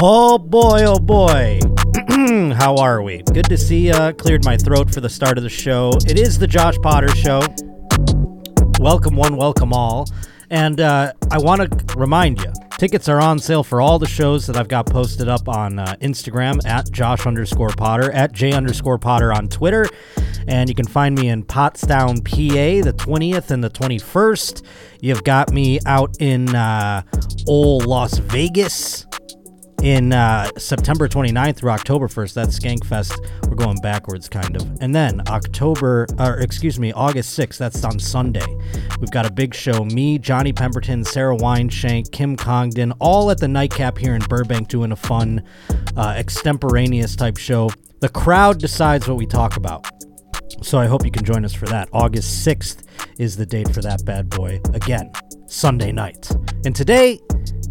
Oh boy, oh boy. How are we? Good to see uh cleared my throat for the start of the show. It is the Josh Potter show. Welcome one, welcome all. And uh, I want to remind you, tickets are on sale for all the shows that I've got posted up on uh, Instagram at Josh underscore Potter, at J underscore Potter on Twitter. And you can find me in Pottstown, PA, the 20th and the 21st. You've got me out in uh, old Las Vegas in uh, September 29th through October 1st. That's Skankfest. We're going backwards, kind of. And then October, or excuse me, August 6th. That's on Sunday. We've got a big show. Me, Johnny Pemberton, Sarah Wineshank, Kim Congdon, all at the Nightcap here in Burbank, doing a fun, uh, extemporaneous type show. The crowd decides what we talk about. So I hope you can join us for that. August 6th is the date for that bad boy. Again, Sunday night. And today,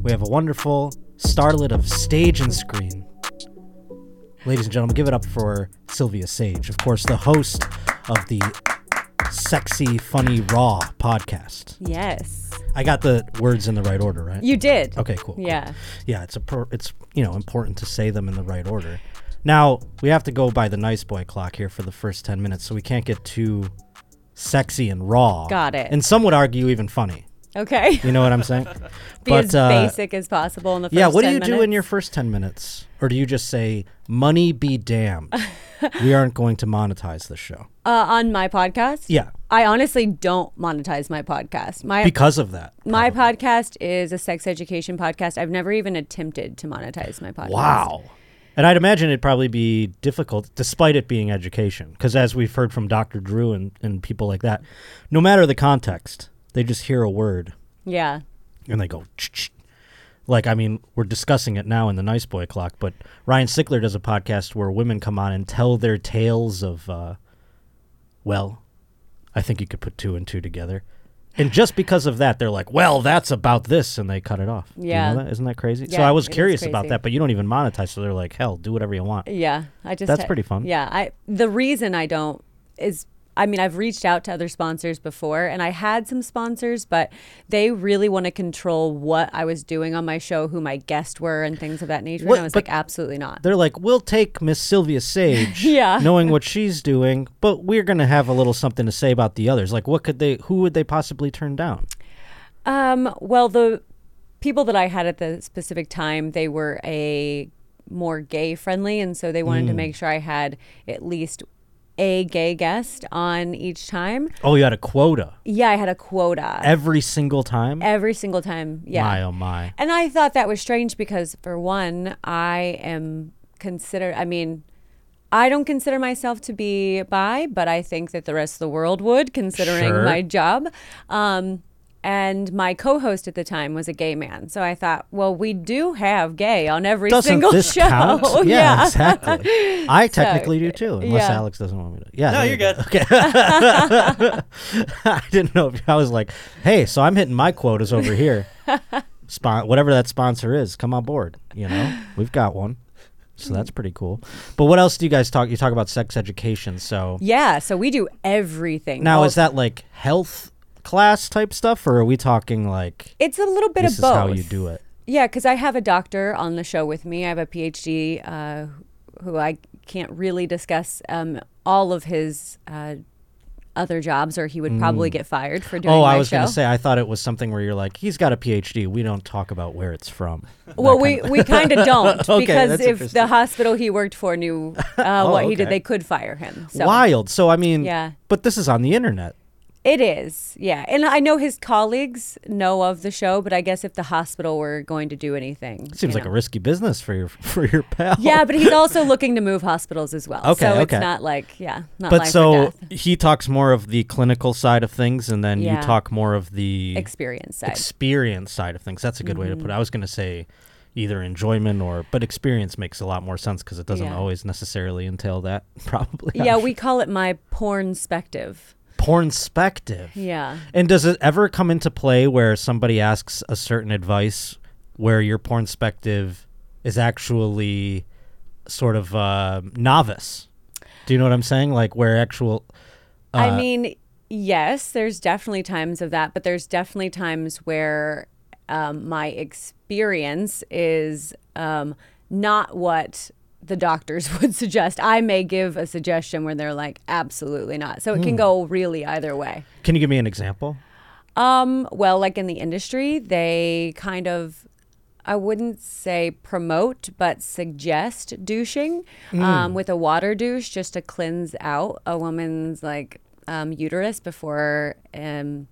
we have a wonderful starlet of stage and screen. Ladies and gentlemen, give it up for Sylvia Sage, of course, the host of the Sexy Funny Raw podcast. Yes. I got the words in the right order, right? You did. Okay, cool. cool. Yeah. Yeah, it's a pro- it's you know important to say them in the right order. Now we have to go by the nice boy clock here for the first ten minutes, so we can't get too sexy and raw. Got it. And some would argue even funny. Okay. You know what I'm saying? Be as basic as possible in the first uh, yeah, what do 10 you do in minutes. your first ten minutes, or do you just say money be damned? we aren't going to monetize this show. uh, on my podcast? Yeah. I honestly don't monetize my podcast. My Because of that. my podcast is a sex education podcast. I've never even attempted to monetize my podcast. Wow. And I'd imagine it'd probably be difficult, despite it being education, because as we've heard from Dr. Drew and, and people like that, no matter the context, they just hear a word Yeah. and they go. "Ch-ch-ch." Like, I mean, we're discussing it now in the Nice Boy Clock, but Ryan Sickler does a podcast where women come on and tell their tales of, uh, well, I think you could put two and two together. And just because of that, they're like, well, that's about this, and they cut it off. You know Yeah. that? Isn't that crazy? so Yeah, I was it is curious about crazy. that, but you don't even monetize, so they're like, hell, do whatever you want. Yeah. I just That's pretty fun. Yeah. I the reason I don't is I mean, I've reached out to other sponsors before and I had some sponsors, but they really want to control what I was doing on my show, who my guests were and things of that nature. What- and I was but- like, absolutely not. They're like, we'll take Miss Sylvia Sage, Yeah. knowing what she's doing, but we're going to have a little something to say about the others. Like, what could they, who would they possibly turn down? Um, well, the people that I had at the specific time, they were a more gay friendly, and so they wanted Mm. to make sure I had at least a gay guest on each time. Oh, you had a quota Yeah, I had a quota every single time? every single time. Yeah. My, oh, my. And I thought that was strange because, for one, I am considered, I mean, I don't consider myself to be bi, but I think that the rest of the world would, considering Sure. my job. Um, and my co host at the time was a gay man. So I thought, well, we do have gay on every Doesn't single this show. Oh, count? Yeah, yeah. exactly. I technically do too, unless yeah. Alex doesn't want me to. Yeah. No, there you're you good. go. Okay. I didn't know. If, I was like, hey, so I'm hitting my quotas over here. Spon- whatever that sponsor is, come on board. You know, we've got one. So that's pretty cool. But what else do you guys talk? You talk about sex education. So Yeah, So we do everything. now Well, is that like health class type stuff, or are we talking like It's a little bit this of is both. how you do it? Yeah, because I have a doctor on the show with me. I have a PhD uh, who I can't really discuss um, all of his uh, other jobs, or he would probably get fired for doing. Oh, my I was show. going to say, I thought it was something where you're like, he's got a PhD. We don't talk about where it's from. Well, we, we kind of don't Okay, because that's if interesting. Oh, the hospital he worked for knew uh, what he did, okay. they could fire him. So Wild. So, I mean, Yeah. but this is on the internet. It is, yeah. And I know his colleagues know of the show, but I guess if the hospital were going to do anything, It seems like a risky business for your for your pal. yeah. But he's also looking to move hospitals as well. Okay, so it's okay. not like yeah, not But life or so death. he talks more of the clinical side of things, and then Yeah. you talk more of the experience side. Mm-hmm. experience side of things. That's a good way to put it. I was going to say either enjoyment or, but experience makes a lot more sense because it doesn't Yeah. always necessarily entail that, probably. yeah, we call it my porn spective. Porn perspective. Yeah. And does it ever come into play where somebody asks a certain advice where your porn perspective is actually sort of uh, novice. Do you know what I'm saying? Like where actual I mean, yes, there's definitely times of that, but there's definitely times where um, my experience is um, not what the doctors would suggest. I may give a suggestion where they're like, absolutely not. So it can go really either way. can you give me an example? Um, well, like in the industry, they kind of, I wouldn't say promote, but suggest douching Mm. um, with a water douche just to cleanse out a woman's like um, uterus before. Um,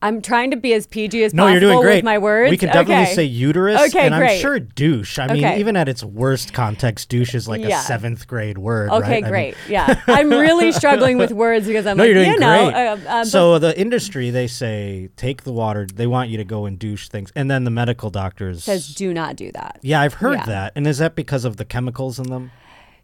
I'm trying to be as PG as No, possible you're doing great. with my words. We can definitely Okay. say uterus, Okay, and I'm great. sure douche. I mean, Okay. even at its worst context, douche is like Yeah. a seventh grade word. right? I Okay, mean- great. yeah, I'm really struggling with words because I'm no, like, you're doing you know, great. um, um, so the industry, they say take the water. They want you to go and douche things, and then the medical doctors says do not do that. Yeah, I've heard Yeah. that. And is that because of the chemicals in them?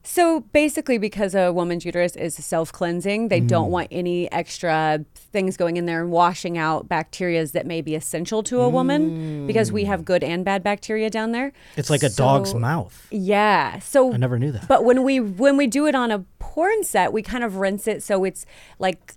So basically, because a woman's uterus is self cleansing, they Mm. don't want any extra things going in there and washing out bacteria that may be essential to a woman because we Mm. have good and bad bacteria down there. It's like a dog's So- mouth. Yeah. So I never knew that. But when we when we do it on a porn set, we kind of rinse it so it's like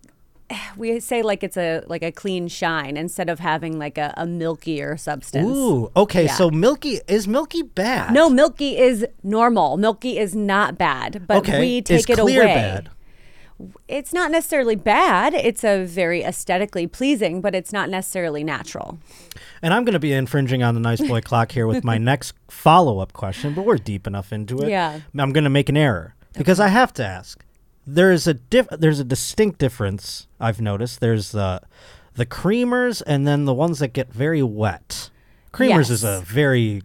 we say like it's a like a clean shine instead of having like a, a milkier substance. Ooh, okay. Yeah. So milky is milky bad? No, milky is normal. Milky is not bad, but okay. we is take it clear away. Bad? It's not necessarily bad. It's a very aesthetically pleasing, but it's not necessarily natural. And I'm going to be infringing on the nice boy clock here with my next follow up question, but we're deep enough into it. Yeah. I'm going to make an error because I have to ask. There is a diff- there's a distinct difference I've noticed. There's the the creamers and then the ones that get very wet. Creamers is a Yes. very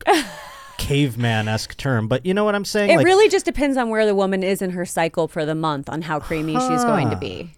caveman esque term, but you know what I'm saying? It Like, really just depends on where the woman is in her cycle for the month on how creamy she's going to be.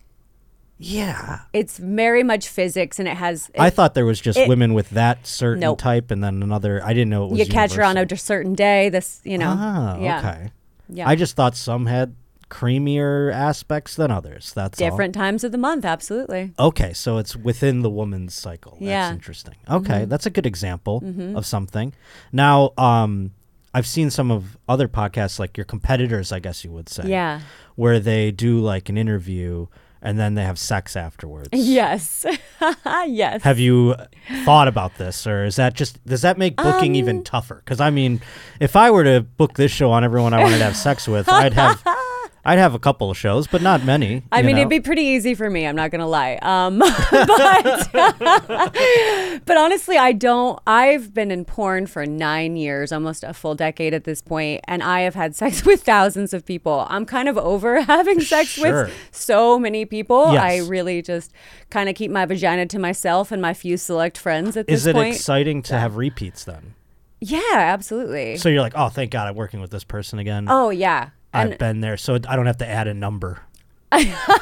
yeah. It's very much physics, and it has. I thought there was just women with that certain Nope. type, and then another. I didn't know it was. you catch her on universal. a certain day. This, you know. Ah, yeah. okay. Yeah. I just thought some had creamier aspects than others. That's all. Different times of the month, absolutely. Okay, so it's within the woman's cycle. Yeah. Mm-hmm. That's interesting. Okay, that's a good example of something. Now, um, I've seen some of other podcasts, like your competitors, I guess you would say. Yeah. Where they do like an interview and then they have sex afterwards. Yes. yes. Have you thought about this, or is that just does that make booking even Um, tougher? Because I mean, if I were to book this show on everyone I wanted to have sex with, I'd have I'd have a couple of shows, but not many. I you mean, know? it'd be pretty easy for me. I'm not gonna lie. Um, but but honestly, I don't. I've been in porn for nine years, almost a full decade at this point, and I have had sex with thousands of people. I'm kind of over having sex Sure. with so many people. Yes. I really just kind of keep my vagina to myself and my few select friends at Is this it point. exciting to have repeats then? yeah, absolutely. So you're like, oh, thank God, I'm working with this person again. oh yeah. And I've been there, so I don't have to add a number.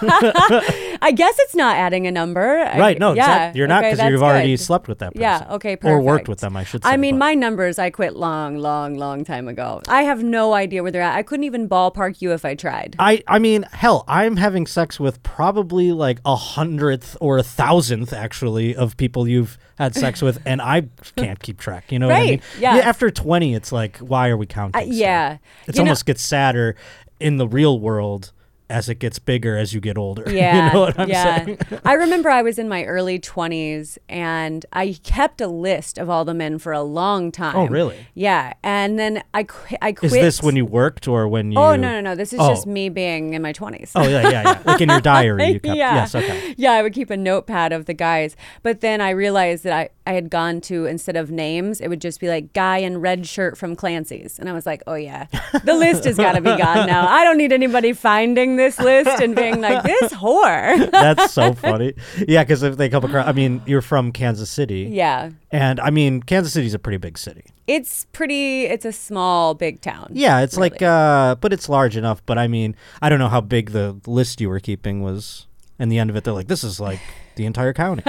I guess it's not adding a number. I- Right? No, yeah, exact- you're not okay, because that's you've already good. slept with that person. Yeah. Okay. Perfect. Or worked with them, I should say. I mean, but- my numbers I quit long, long, long time ago. I have no idea where they're at. I couldn't even ballpark you if I tried. I, I mean, hell, I'm having sex with probably like a hundredth or a thousandth, actually, of people you've had sex with, and I can't keep track. You know what I Right, mean? yeah. After 20, it's like, why are we counting? still? yeah. It's You know- almost gets sadder in the real world as it gets bigger as you get older. Yeah. you know what I'm yeah. saying? I remember I was in my early 20s and I kept a list of all the men for a long time. Oh, really? Yeah. And then I, qu- I Is quit. this when you worked or when you. Oh, no, no, no. This is Oh. just me being in my 20s. Oh, yeah, yeah, yeah. Like in your diary, you kept. Yes, okay. Yeah, I would keep a notepad of the guys. But then I realized that I, I had gone to, instead of names, it would just be like guy in red shirt from Clancy's. And I was like, oh, yeah, the list has got to be gone now. I don't need anybody finding this list and being like, this whore. That's so funny. Yeah, because if they come across, I mean, you're from Kansas City. yeah. And I mean, Kansas City's a pretty big city. It's pretty, it's a small, big town. Yeah, it's like, really. uh, but it's large enough. But I mean, I don't know how big the list you were keeping was. And the end of it, they're like, this is like the entire county.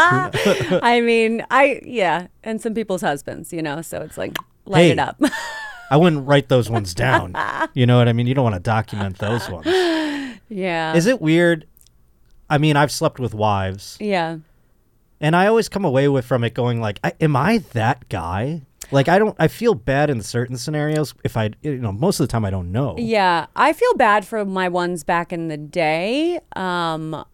I mean, I, yeah. And some people's husbands, you know, so it's like, light Hey. it up. I wouldn't write those ones down. You know what I mean? You don't want to document those ones. yeah. Is it weird? I mean, I've slept with wives. yeah. And I always come away with from it going like, I, am I that guy? Like I don't I feel bad in certain scenarios if I you know most of the time I don't know. Yeah, I feel bad for my ones back in the day. Um,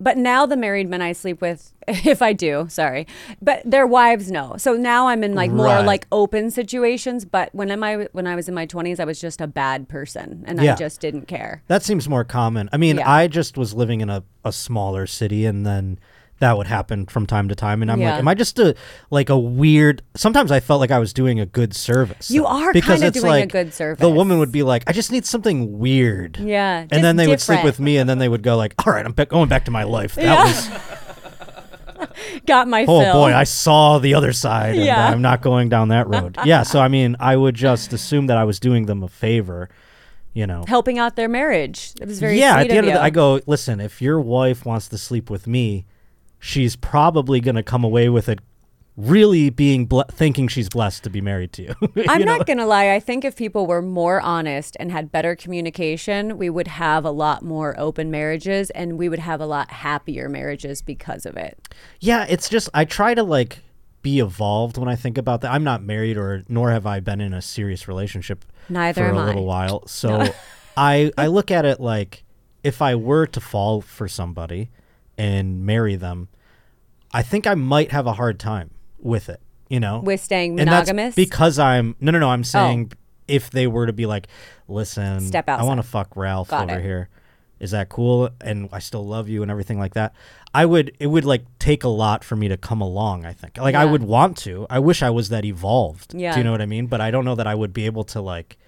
but now the married men I sleep with, if I do, sorry, but their wives know. So now I'm in like more Right. like open situations. But when am I when I was in my 20s, I was just a bad person and Yeah. I just didn't care. That seems more common. I mean, Yeah. I just was living in a, a smaller city and then that would happen from time to time and I'm Yeah. like, am I just a like a weird sometimes I felt like I was doing a good service. You though, are because kinda it's doing a like, good The service. woman would be like, I just need something weird. Yeah, just And then they would sleep different. with me and then they would go like, All right, I'm back going back to my life. That was Got my Oh fill. boy, I saw the other side. And Yeah. I'm not going down that road. yeah. So I mean, I would just assume that I was doing them a favor, you know. helping out their marriage. It was very yeah. Sweet At the end of you. the, I go, listen, if your wife wants to sleep with me, she's probably going to come away with it, really being ble- thinking she's blessed to be married to you. I'm not going to lie. I think if people were more honest and had better communication, we would have a lot more open marriages and we would have a lot happier marriages because of it. Yeah, it's just I try to like be evolved when I think about that. I'm not married or nor have I been in a serious relationship Neither for am a I. little while. So I I look at it like if I were to fall for somebody and marry them, I think I might have a hard time with it, you know? With staying And that's monogamous? Oh. because I'm No, no, no, I'm saying if they were to be like, "Listen, Step I want outside. to fuck Ralph Got over it. here. Is that cool? And I still love you and everything like that. I would it would like take a lot for me to come along, I think. Like I Yeah. would want to. I wish I was that evolved. Do Yeah. you know what I mean? But I don't know that I would be able to like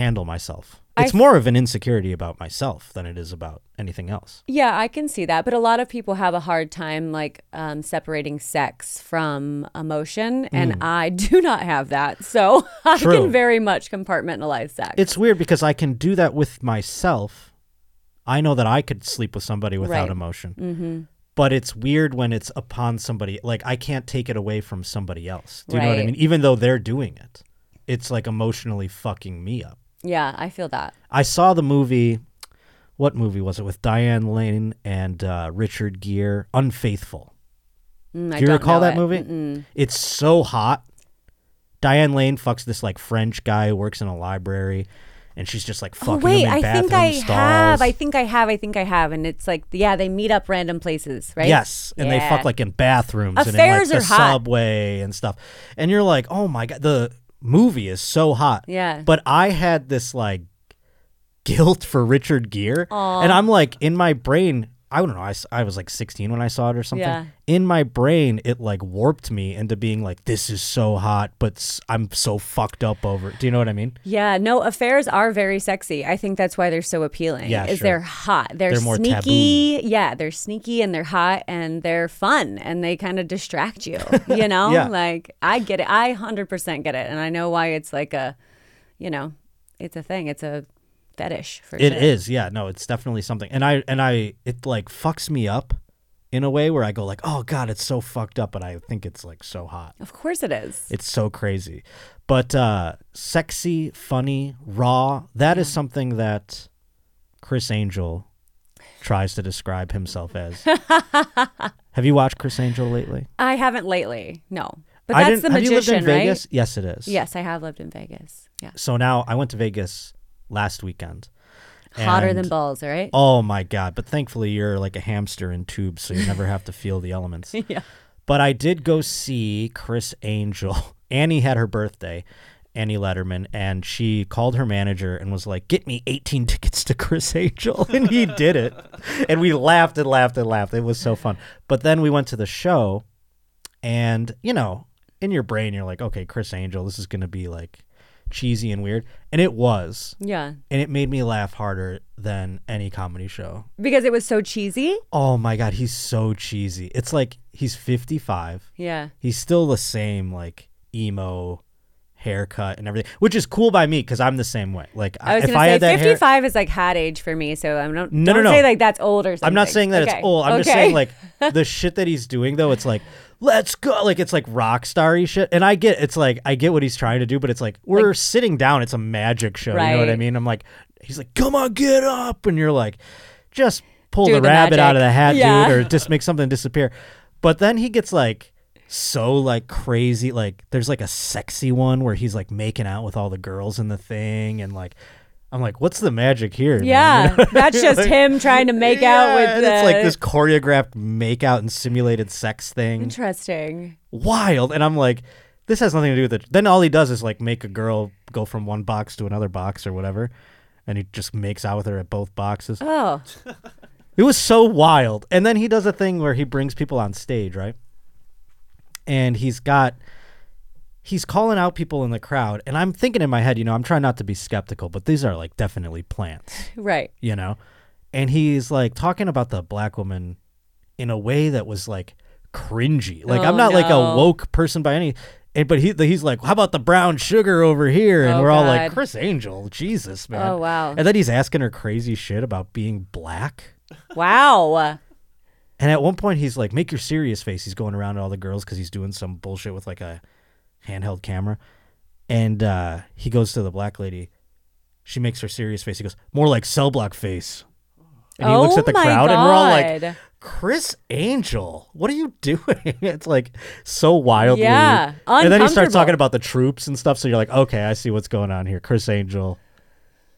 handle myself. I It's f- more of an insecurity about myself than it is about anything else. Yeah, I can see that. But a lot of people have a hard time like um, separating sex from emotion. And I do not have that. So I Hmm. True. can very much compartmentalize sex. It's weird because I can do that with myself. I know that I could sleep with somebody without Right. emotion. Mm-hmm. But it's weird when it's upon somebody. Like I can't take it away from somebody else. Do you know what I Right. mean? Even though they're doing it, it's like emotionally fucking me up. yeah, I feel that. I saw the movie. What movie was it with Diane Lane and uh, Richard Gere? Unfaithful. Mm, I Do you don't recall know that it. movie? It's so hot. Diane Lane fucks this like French guy who works in a library, and she's just like Oh fucking wait, him in I bathroom think I stalls. have. I think I have. I think I have. And it's like, yeah, they meet up random places, right? Yes, and they Yeah. fuck like in bathrooms Affairs and in are like the hot. subway and stuff. And you're like, oh my god, the movie is so hot. Yeah. But I had this like guilt for Richard Gere, and I'm like in my brain. I don't know. I, s- I was like 16 when I saw it or something. Yeah. In my brain, it like warped me into being like, this is so hot, but s- I'm so fucked up over it. Do you know what I mean? Yeah, no, affairs are very sexy. I think that's why they're so appealing. Yeah, is sure. they're hot. They're, They're more sneaky. Yeah, they're sneaky and they're hot and they're fun and they kind of distract you, you know? Yeah. Like I get it. I 100% get it and I know why it's like a, you know, it's a thing. It's a fetish for It sure. is, yeah. No, it's definitely something. And I and I it like fucks me up in a way where I go like, "Oh god, it's so fucked up," but I think it's like so hot. Of course it is. It's so crazy. But uh sexy, funny, raw, that is something that Chris Angel tries to describe himself as. Have you watched Chris Angel lately? I haven't lately. No. But I didn't, that's the have you lived magician, in right? Vegas? Yes, it is. Yes, I have lived in Vegas. Yeah. So now I went to Vegas last weekend. Hotter and- than balls, all right? Oh my god! But thankfully, you're like a hamster in tubes, so you never have to feel the elements. Yeah. But I did go see Chris Angel. Annie had her birthday, Annie Letterman, and she called her manager and was like, "Get me 18 tickets to Chris Angel," and he did it. And we laughed and laughed and laughed. It was so fun. But then we went to the show, and you know, in your brain, you're like, "Okay, Chris Angel, this is gonna be like cheesy and weird," and it was. Yeah. And it made me laugh harder than any comedy show. Because it was so cheesy? Oh my god, he's so cheesy. It's like he's 55. Yeah. He's still the same like emo haircut and everything, which is cool by me cuz I'm the same way. Like I was if gonna I say had that hair 55 is like hot age for me, so I'm not. No, no, don't no. Say like that's old or something. I'm not saying that Okay. it's old. I'm just Okay. saying like the shit that he's doing though, it's like let's go like it's like rock starry shit. And I get it's like I get what he's trying to do, but it's like we're sitting down, it's a magic show. You know what I Right. mean? I'm like he's like, Come on, get up and you're like, just pull Do the, the rabbit out of magic. the hat, Yeah. dude, or just make something disappear. But then he gets like so like crazy like there's like a sexy one where he's like making out with all the girls in the thing and like I'm like, what's the magic here? man? You Yeah, know? that's just Like, him trying to make out yeah, with. and The... it's like this choreographed make out and simulated sex thing. Interesting. Wild. And I'm like, this has nothing to do with it. Then all he does is like make a girl go from one box to another box or whatever. And he just makes out with her at both boxes. Oh, It was so wild. And then he does a thing where he brings people on stage, right? And he's got he's calling out people in the crowd. And I'm thinking in my head, you know, I'm trying not to be skeptical, but these are like definitely plants, right. you know? And he's like talking about the black woman in a way that was like cringy. Like I'm Oh, not like a no. woke person by any and, but he he's like, how about the brown sugar over here? And Oh, we're all like, God. Chris Angel, Jesus, man. Oh, wow. And then he's asking her crazy shit about being black. Wow. And at one point, he's like, "Make your serious face." He's going around to all the girls because he's doing some bullshit with like a handheld camera. And uh, he goes to the black lady. She makes her serious face. He goes, "More like cell block face." And he looks Oh at the my crowd, and we're all like, God. "Chris Angel, what are you doing?" it's like so wildly. Yeah, And then he starts uncomfortable. talking about the troops and stuff. So you're like, "Okay, I see what's going on here." Chris Angel.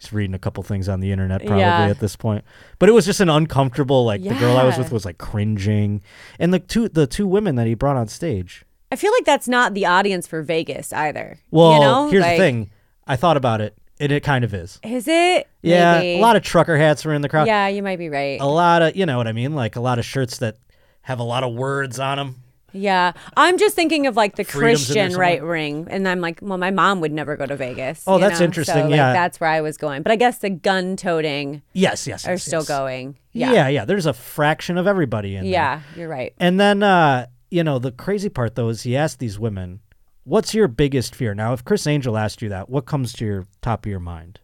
He's reading a couple things on the internet probably Yeah. at this point. But it was just an uncomfortable like the girl I was Yeah. with was like cringing. And the two the two women that he brought on stage. I feel like that's not the audience for Vegas either. Well, you know? here's Like, the thing. I thought about it and it kind of is. Is it? Yeah, Maybe. a lot of trucker hats were in the crowd. Yeah, you might be right. A lot of, you know what I mean? Like a lot of shirts that have a lot of words on them. Yeah, I'm just thinking of like the Freedom's in there Christian right ring, and I'm like, well, my mom would never go to Vegas. Oh, you that's know? interesting, So, like, yeah. that's where I was going, but I guess the gun toting Yes, yes. are yes, still yes. going. Yeah. Yeah, yeah, There's a fraction of everybody in there. Yeah, you're right. And then, uh, you know, the crazy part though is he asked these women, "What's your biggest fear?" Now, if Chris Angel asked you that, what comes to your top of your mind,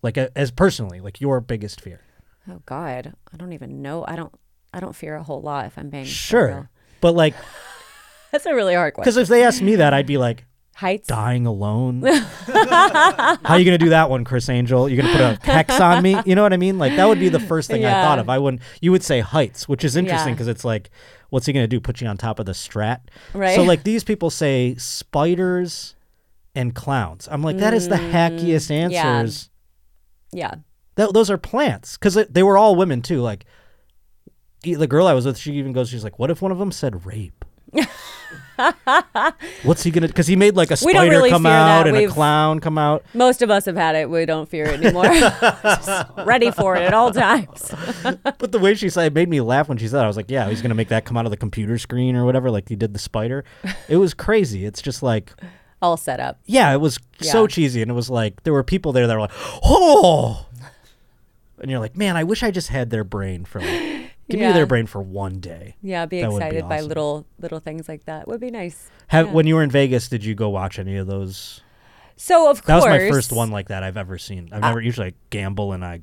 like a- as personally, like your biggest fear? Oh God, I don't even know. I don't. I don't fear a whole lot if I'm being for real. Sure, but like, That's a really hard question. because if they asked me that, I'd be like, Heights. dying alone. How you gonna do that one, Chris Angel? You're gonna put a hex on me? You know what I mean? Like that would be the first thing I Yeah. thought of. I wouldn't. You would say heights, which is interesting Yeah. because it's like, what's he gonna do? Put you on top of the strat? Right. So like these people say spiders and clowns. I'm like, that is Mm, the hackiest answers. Yeah. That those are plants because they were all women too. Like e- the girl I was with, she even goes, she's like, what if one of them said rape? What's he gonna? Because he made like a We don't spider really come fear out that. and a We've- clown come out. Most of us have had it. We don't fear it anymore. Just ready for it at all times. But the way she said it made me laugh when she said it. I was like, yeah, he's going to make that come out of the computer screen or whatever, like he did the spider. It was crazy. It's just like, all set up. yeah, it was so Yeah. cheesy. And it was like, there were people there that were like, oh. And you're like, man, I wish I just had their brain for like, give me Yeah. their brain for one day. Yeah, be That would be excited by awesome. little little things like that. Would be nice. Have, When you were in Vegas, did you go watch any of those? So of That course, Uh, was my first one like that I've ever seen. I've never usually I gamble and I.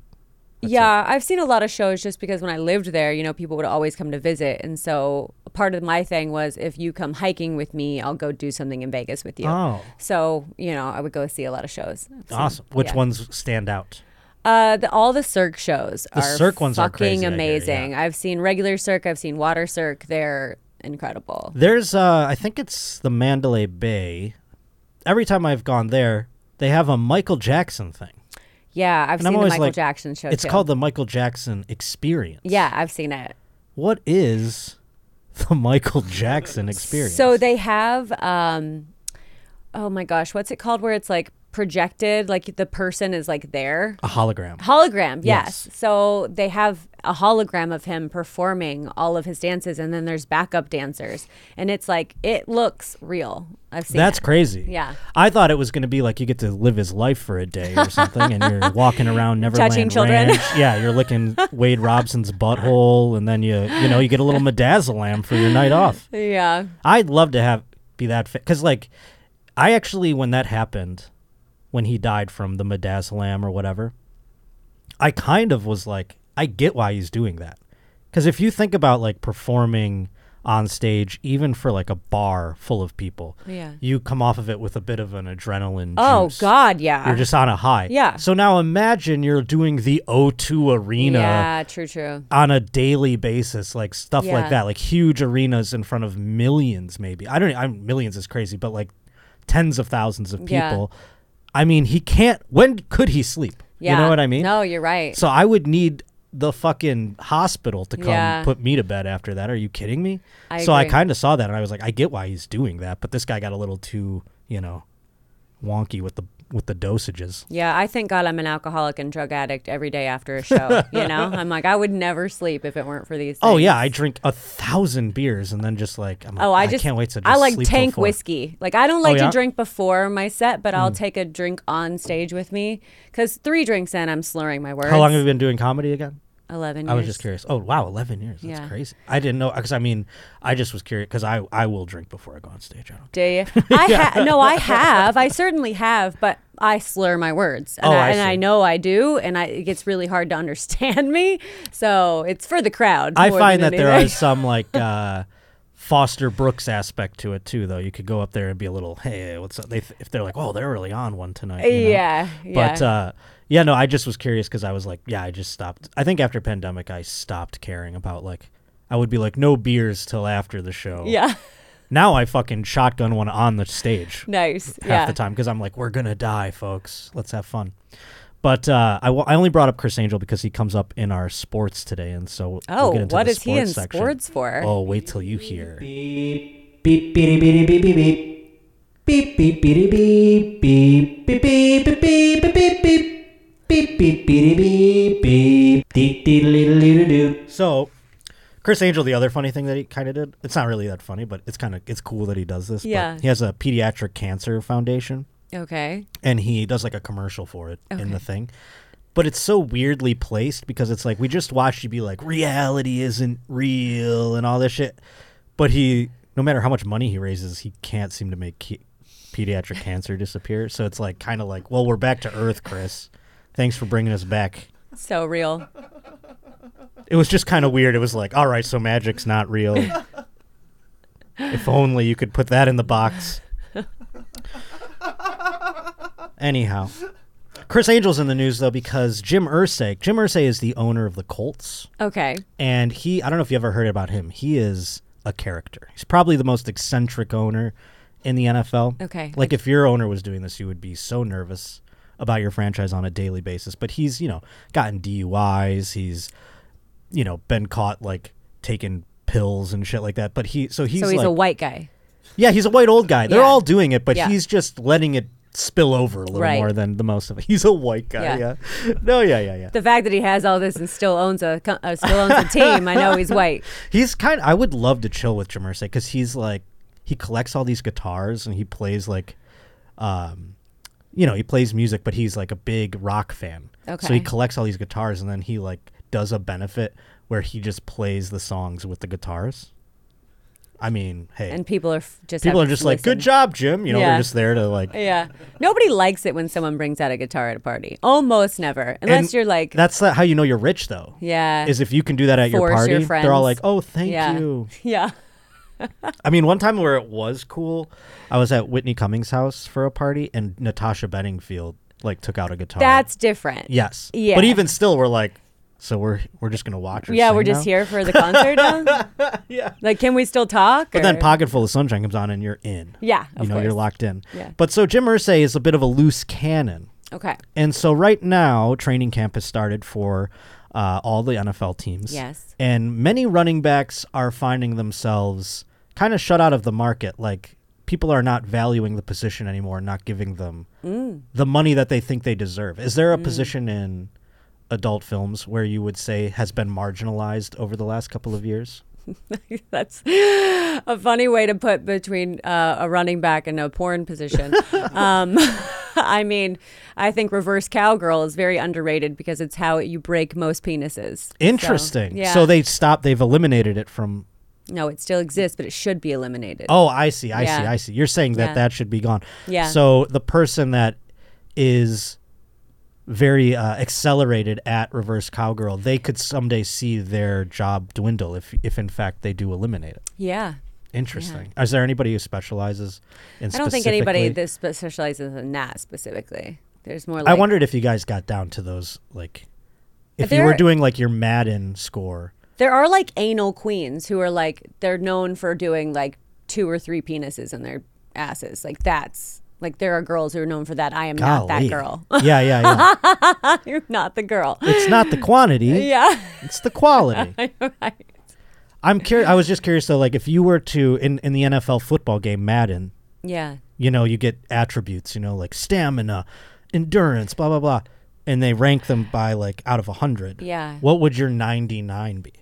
yeah, I've seen a lot of shows just because when I lived there, you know, people would always come to visit, and so part of my thing was if you come hiking with me, I'll go do something in Vegas with you. Oh, Uh, So you know, I would go see a lot of shows. awesome. Which yeah. ones stand out? Uh, the, all the Cirque shows The are Cirque ones are fucking crazy, I hear, amazing. yeah. I've seen regular Cirque, I've seen Water Cirque. They're incredible. There's, uh, I think it's the Mandalay Bay. Every time I've gone there, they have a Michael Jackson thing. Yeah, I'm I've seen the always Michael like, Jackson show. It's too. called the Michael Jackson Experience. Yeah, I've seen it. What is the Michael Jackson Experience? So they have, um, oh my gosh, what's it called? Where it's like projected, like the person is like there. a hologram. Hologram, yes. Yes. So they have a hologram of him performing all of his dances, and then there's backup dancers, and it's like it looks real. I've seen That's it. crazy. Yeah. I thought it was going to be like you get to live his life for a day or something, and you're walking around Neverland Touching children. Ranch. Yeah, you're licking Wade Robson's butthole, and then you, you know, you get a little Medazzalam for your night off. yeah, I'd love to have be that because like I actually when that happened, when he died from the midazolam or whatever, I kind of was like, I get why he's doing that because if you think about like performing on stage, even for like a bar full of people. Yeah. You come off of it with a bit of an adrenaline. Oh juice. God, yeah. You're just on a high. Yeah. So now imagine you're doing the O2 Arena yeah, true, true. on a daily basis, like stuff like Yeah. that, like huge arenas in front of millions, maybe. I don't. I'm millions is crazy, but like tens of thousands of Yeah. people. I mean, he can't. When could he sleep? Yeah. You know what I mean? No, you're right. So I would need the fucking hospital to come Yeah. put me to bed after that. Are you kidding me? I so I agree. kind of saw that and I was like, I get why he's doing that, but this guy got a little too, you know, wonky with the with the dosages. yeah, I thank God I'm an alcoholic and drug addict every day after a show. you know, I'm like I would never sleep if it weren't for these. Things. Oh yeah, I drink a thousand beers and then just like I'm like, Oh, I just can't wait to. Just I like sleep till tank four." whiskey. Like I don't like yeah? Hmm. to drink before my set, but I'll take a drink on stage with me because three drinks in, I'm slurring my words. How long have you been doing comedy again? Eleven. I was years. just curious. Oh wow, eleven years. That's Yeah. crazy. I didn't know because I mean, I just was curious because I I will drink before I go on stage. I don't. Do you? I ha- no, I have. I certainly have, but I slur my words, and, Oh, I, I and I see. know I do, and I, it gets really hard to understand me. So it's for the crowd. I more find than that there anything. is some like uh, Foster Brooks aspect to it too, though. You could go up there and be a little, hey, what's up? They th- if they're like, oh, they're really on one tonight. you know? Yeah, yeah. But uh, yeah, no, I just was curious because I was like, yeah, I just stopped. I think after pandemic, I stopped caring about like. I would be like, no beers till after the show. yeah, Now I fucking shotgun one on the stage nice. half yeah. the time because I'm like, we're gonna die, folks. Let's have fun. But uh, I wa- I only brought up Chris Angel because he comes up in our sports today, and so we'll Oh, get into what the is he in section. sports for? Oh, wait till you hear. Beep, beep, beep, beep, beep, beep, beep. Beep, beep, beep, beep, beep, beep, beep, beep, beep, beep, beep, beep. Beep, beep, beep, beep, beep. Dee, dee, dee, dee, dee, dee, doo. So, Chris Angel, the other funny thing that he kind of did. It's not really that funny, but it's kind of it's cool that he does this. but Yeah. he has a pediatric cancer foundation. Okay. and he does like a commercial for it in the thing. But it's so weirdly placed because it's like we just watched you be like reality isn't real and all this shit. But he, no matter how much money he raises, he can't seem to make ki- pediatric cancer disappear. So it's like kind of like, well, we're back to earth, Chris. Thanks for bringing us back. So real. It was just kind of weird. It was like, all right, so magic's not real. if only you could put that in the box. Anyhow, Chris Angel's in the news though because Jim Ursay. Jim Ursay is the owner of the Colts, Okay. and he. I don't know if you ever heard about him. He is a character. He's probably the most eccentric owner in the NFL. Okay. Like if your owner was doing this, you would be so nervous about your franchise on a daily basis. But he's, you know, gotten DUIs. He's, you know, been caught like taking pills and shit like that. But he, so he's, so he's like, a white guy. yeah, he's a white old guy. They're Yeah. all doing it, but Yeah. he's just letting it spill over a little Right. more than the most of it. He's a white guy. Yeah. Yeah. No, yeah, yeah, yeah. The fact that he has all this and still owns a co- uh, still owns a team, I know he's white. He's kind. I would love to chill with Jamerce because he's like he collects all these guitars and he plays like, um, you know, he plays music, but he's like a big rock fan. So Okay. he collects all these guitars and then he like does a benefit where he just plays the songs with the guitars. I mean, hey, And people are f- just people have are just to like, listen. "Good job, Jim." You know, Yeah. they're just there to like. Yeah. Nobody likes it when someone brings out a guitar at a party. Almost never. Unless And you're like, That's the- how you know you're rich, though. yeah. Is if you can do that at your Force party, your they're all like, friends. "Oh, thank yeah. you." Yeah. I mean, one time where it was cool, I was at Whitney Cummings' house for a party, and Natasha Bedingfield like took out a guitar. That's different. yes, Yeah. But even still, we're like, so we're we're just gonna watch. Her Yeah, sing we're just now? here for the concert now? Yeah. Like, can we still talk? But then or- Pocket Full of Sunshine comes on, and you're in. Yeah, you of know, you're course. locked in. Yeah. But so Jim Irsay is a bit of a loose cannon. Okay. And so right now, training camp has started for uh, all the NFL teams. Yes. And many running backs are finding themselves kind of shut out of the market. Like people are not valuing the position anymore, not giving them Mm. the money that they think they deserve. Is there a position in adult films where you would say has been marginalized over the last couple of years? That's a funny way to put between uh, a running back and a porn position. um, I mean, I think reverse cowgirl is very underrated because it's how you break most penises. So, Interesting. yeah. So they stopped. They've eliminated it from No, it still exists, but it should be eliminated. Oh, I see. I see. Yeah. I see. You're saying that Yeah. that should be gone. Yeah. So the person that is very uh, accelerated at reverse cowgirl, they could someday see their job dwindle if, if in fact they do eliminate it. Yeah. Interesting. Is there anybody who specializes in? I don't think anybody specifically- that spe- specializes in that specifically. There's more like I wondered if you guys got down to those like, if you There- were doing like your Madden score. there are like anal queens who are like they're known for doing like two or three penises in their asses. Like that's like there are girls who are known for that. I am not that Golly. girl. yeah, yeah, yeah. You're not the girl. It's not the quantity. Yeah. It's the quality. right. I'm curious. I was just curious though, like if you were to in in the NFL football game Madden, Yeah. you know, you get attributes, you know, like stamina, endurance, blah blah blah, and they rank them by like out of hundred. Yeah. What would your ninety nine be?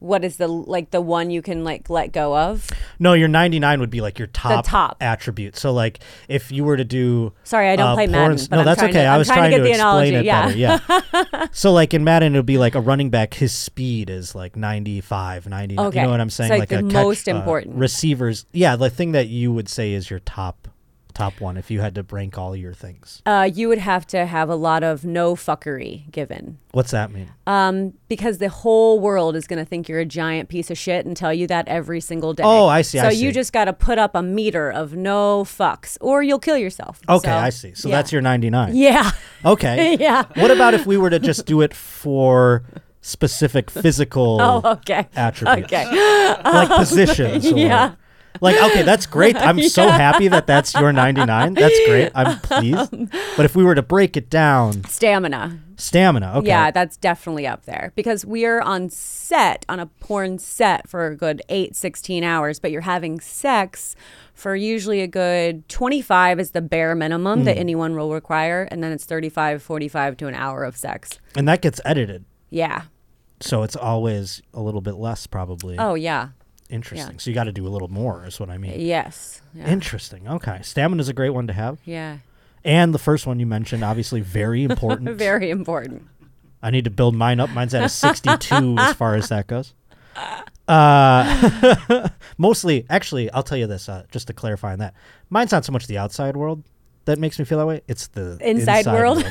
What is the like the one you can like let go of? No, your 99 would be like your top, top. attribute. So like if you were to do Sorry, I don't play Uh, porn Madden, s- but no, I'm that's trying okay. to- I I'm was trying to get explain the it better. analogy, Yeah. so like in Madden it would be like a running back his speed is like 95, 99. Okay. You know what I'm saying? So, like, a the catch, most uh, important. receivers. Yeah, the thing that you would say is your top top one if you had to rank all your things. Uh, you would have to have a lot of no fuckery given. What's that mean? Um, because the whole world is going to think you're a giant piece of shit and tell you that every single day. Oh, I see, So I you see. just got to put up a meter of no fucks, or you'll kill yourself. Okay, So, I see. So yeah. that's your 99. yeah, Okay. yeah. What about if we were to just do it for specific physical Oh, okay. attributes? Okay. like positions. Or, Oh. yeah. Like okay, that's great. I'm so happy that that's your 99. That's great. Um, I'm pleased. But if we were to break it down, Stamina. stamina. Okay. Yeah, that's definitely up there because we're on set, on a porn set for a good eight, 16 hours, but you're having sex for usually a good 25 is the bare minimum Hmm. that anyone will require. And then it's 35, 45 to an hour of sex. and that gets edited, Yeah. so it's always a little bit less probably. Oh, yeah. Interesting. So you got to do a little more, is what I mean. Yes. Yeah. Interesting. Okay. Stamina is a great one to have. yeah. And the first one you mentioned, obviously, very important. Very important. I need to build mine up. Mine's at a 62 as far as that goes. Uh, mostly, actually, I'll tell you this uh, just to clarify on that. Mine's not so much the outside world that makes me feel that way. It's the Inside world?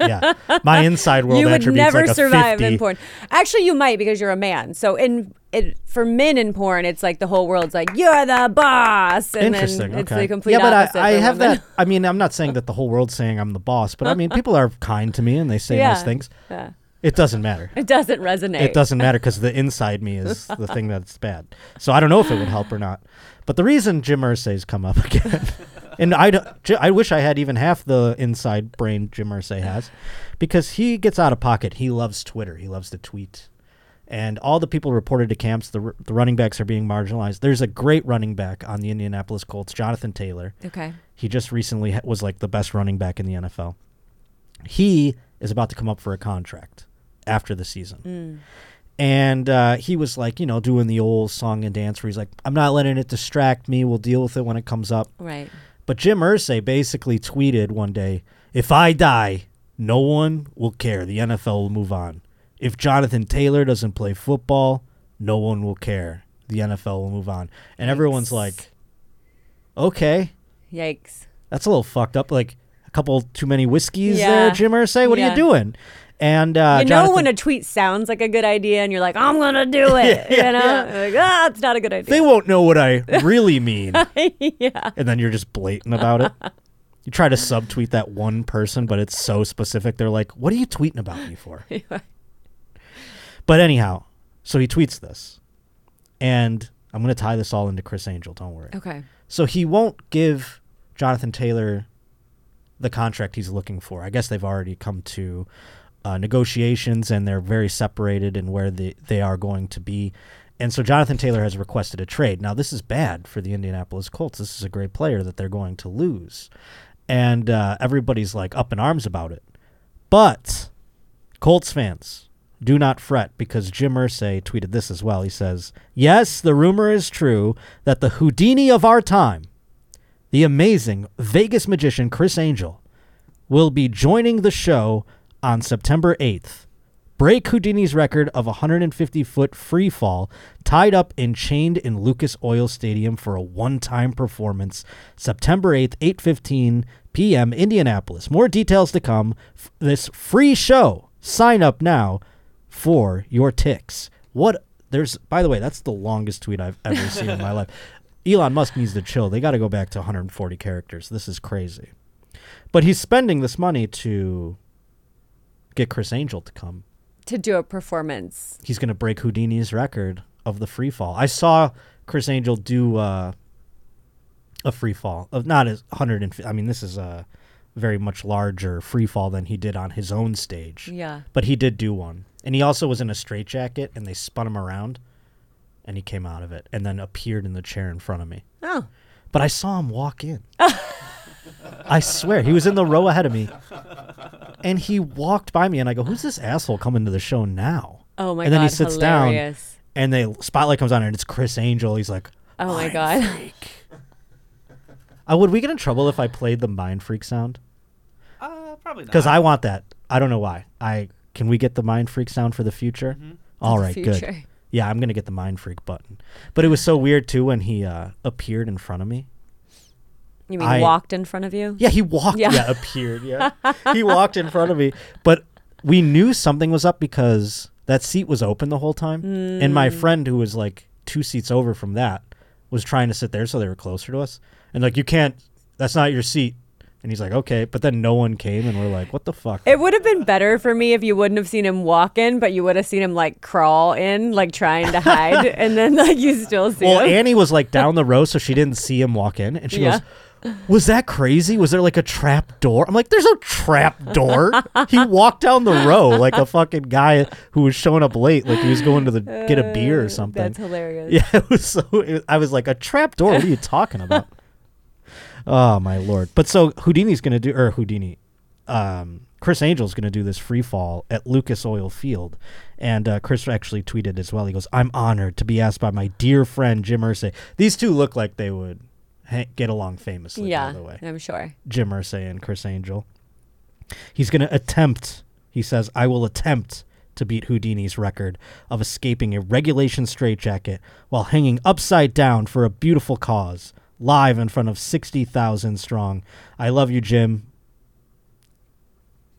yeah, my inside world. you would attribute's never like a survive 50. in porn. Actually, you might because you're a man. So in it, for men in porn, it's like the whole world's like you're the boss, and Interesting. then it's okay. the complete yeah, but opposite. I, I for have women. that. I mean, I'm not saying that the whole world's saying I'm the boss, but I mean, people are kind to me and they say nice Yeah. things. Yeah. It doesn't matter. It doesn't resonate. It doesn't matter because the inside me is the thing that's bad. So I don't know if it would help or not. But the reason Jim Irsay's come up again, and I, don't- Ji- I wish I had even half the inside brain Jim Irsay has, because he gets out of pocket. He loves Twitter. He loves to tweet. And all the people reported to camps, the, r- the running backs are being marginalized. There's a great running back on the Indianapolis Colts, Jonathan Taylor. Okay. He just recently ha- was like the best running back in the NFL. He is about to come up for a contract after the season. And uh, he was like, you know, doing the old song and dance where he's like, I'm not letting it distract me. We'll deal with it when it comes up. Right. But Jim Ursay basically tweeted one day, if I die, no one will care. The NFL will move on. If Jonathan Taylor doesn't play football, no one will care. The NFL will move on. And everyone's like, okay, Yikes. that's a little fucked up. Like a couple too many whiskeys there, Yeah. Jim Irsay. What are Yeah. you doing? And uh, You know Jonathan, when a tweet sounds like a good idea, and you're like, I'm gonna do it. you know, like ah, it's not a good they idea. won't know what I really mean, yeah. and then you're just blatant about it. You try to subtweet that one person, but it's so specific. They're like, "What are you tweeting about me for?" but anyhow, so he tweets this, and I'm going to tie this all into Chris Angel. Don't worry. Okay. So he won't give Jonathan Taylor the contract he's looking for. I guess they've already come to uh, negotiations and they're very separated in where the, they are going to be. And so Jonathan Taylor has requested a trade. Now, this is bad for the Indianapolis Colts. This is a great player that they're going to lose. And uh, everybody's like up in arms about it. But Colts fans, do not fret because Jim Irsay tweeted this as well. He says, "Yes, the rumor is true that the Houdini of our time, the amazing Vegas magician Chris Angel, will be joining the show on September 8th break Houdini's record of 150 foot free fall, tied up and chained in Lucas Oil Stadium for a one time performance, September 8th, 8:15 p.m. Indianapolis. More details to come. F- this free show. Sign up now for your ticks. What there's by the way, that's the longest tweet I've ever seen in my life. Elon Musk needs to chill. They got to go back to 140 characters. This is crazy. But he's spending this money to get Chris Angel to come. to do a performance. He's going to break Houdini's record of the free fall. I saw Chris Angel do uh, a free fall of not as 150. I mean, this is a very much larger free fall than he did on his own stage. Yeah. But he did do one. And he also was in a straitjacket and they spun him around and he came out of it and then appeared in the chair in front of me. Oh. But I saw him walk in. I swear, he was in the row ahead of me. And he walked by me, and I go, Who's this asshole coming to the show now? Oh my and then he God, sits hilarious. down, and the spotlight comes on, and it's Chris Angel. He's like, Oh my "Mind God." Freak. Uh, would we get in trouble if I played the Mind Freak sound? Uh, probably not. Because I want that. I don't know why. I Can we get the Mind Freak sound for the future? Mm-hmm. All the right, good. future. Yeah, I'm going to get the Mind Freak button. But it was so weird, too, when he uh, appeared in front of me. You mean I- walked in front of you? Yeah, he walked. Yeah, Yeah. appeared. Yeah, he walked in front of me. But we knew something was up because that seat was open the whole time, and my friend who was like two seats over from that was trying to sit there, so they were closer to us. And like, you can't. That's not your seat. And he's like, okay. But then no one came, and we're like, what the fuck? It would have been better for me if you wouldn't have seen him walk in, but you would have seen him like crawl in, like trying to hide, and then like you still see well, him. Annie was like down the row, so she didn't see him walk in, and she Yeah. goes. Was that crazy? Was there like a trap door? I'm like, there's no trap door. he walked down the row like a fucking guy who was showing up late, like he was going to the get a beer or something. That's hilarious. Yeah, it was so. It was, I was like, a trap door. What are you talking about? oh my lord! But so Houdini's gonna do, or Houdini, um, Chris Angel's gonna do this free fall at Lucas Oil Field, and uh, Chris actually tweeted as well. He goes, "I'm honored to be asked by my dear friend Jim Irsay." These two look like they would ha- get along famously. yeah, by the way, I'm sure. Jim Irsay and Chris Angel. He's going to attempt, he says, I will attempt to beat Houdini's record of escaping a regulation straitjacket while hanging upside down for a beautiful cause, live in front of 60,000 strong. I love you, Jim.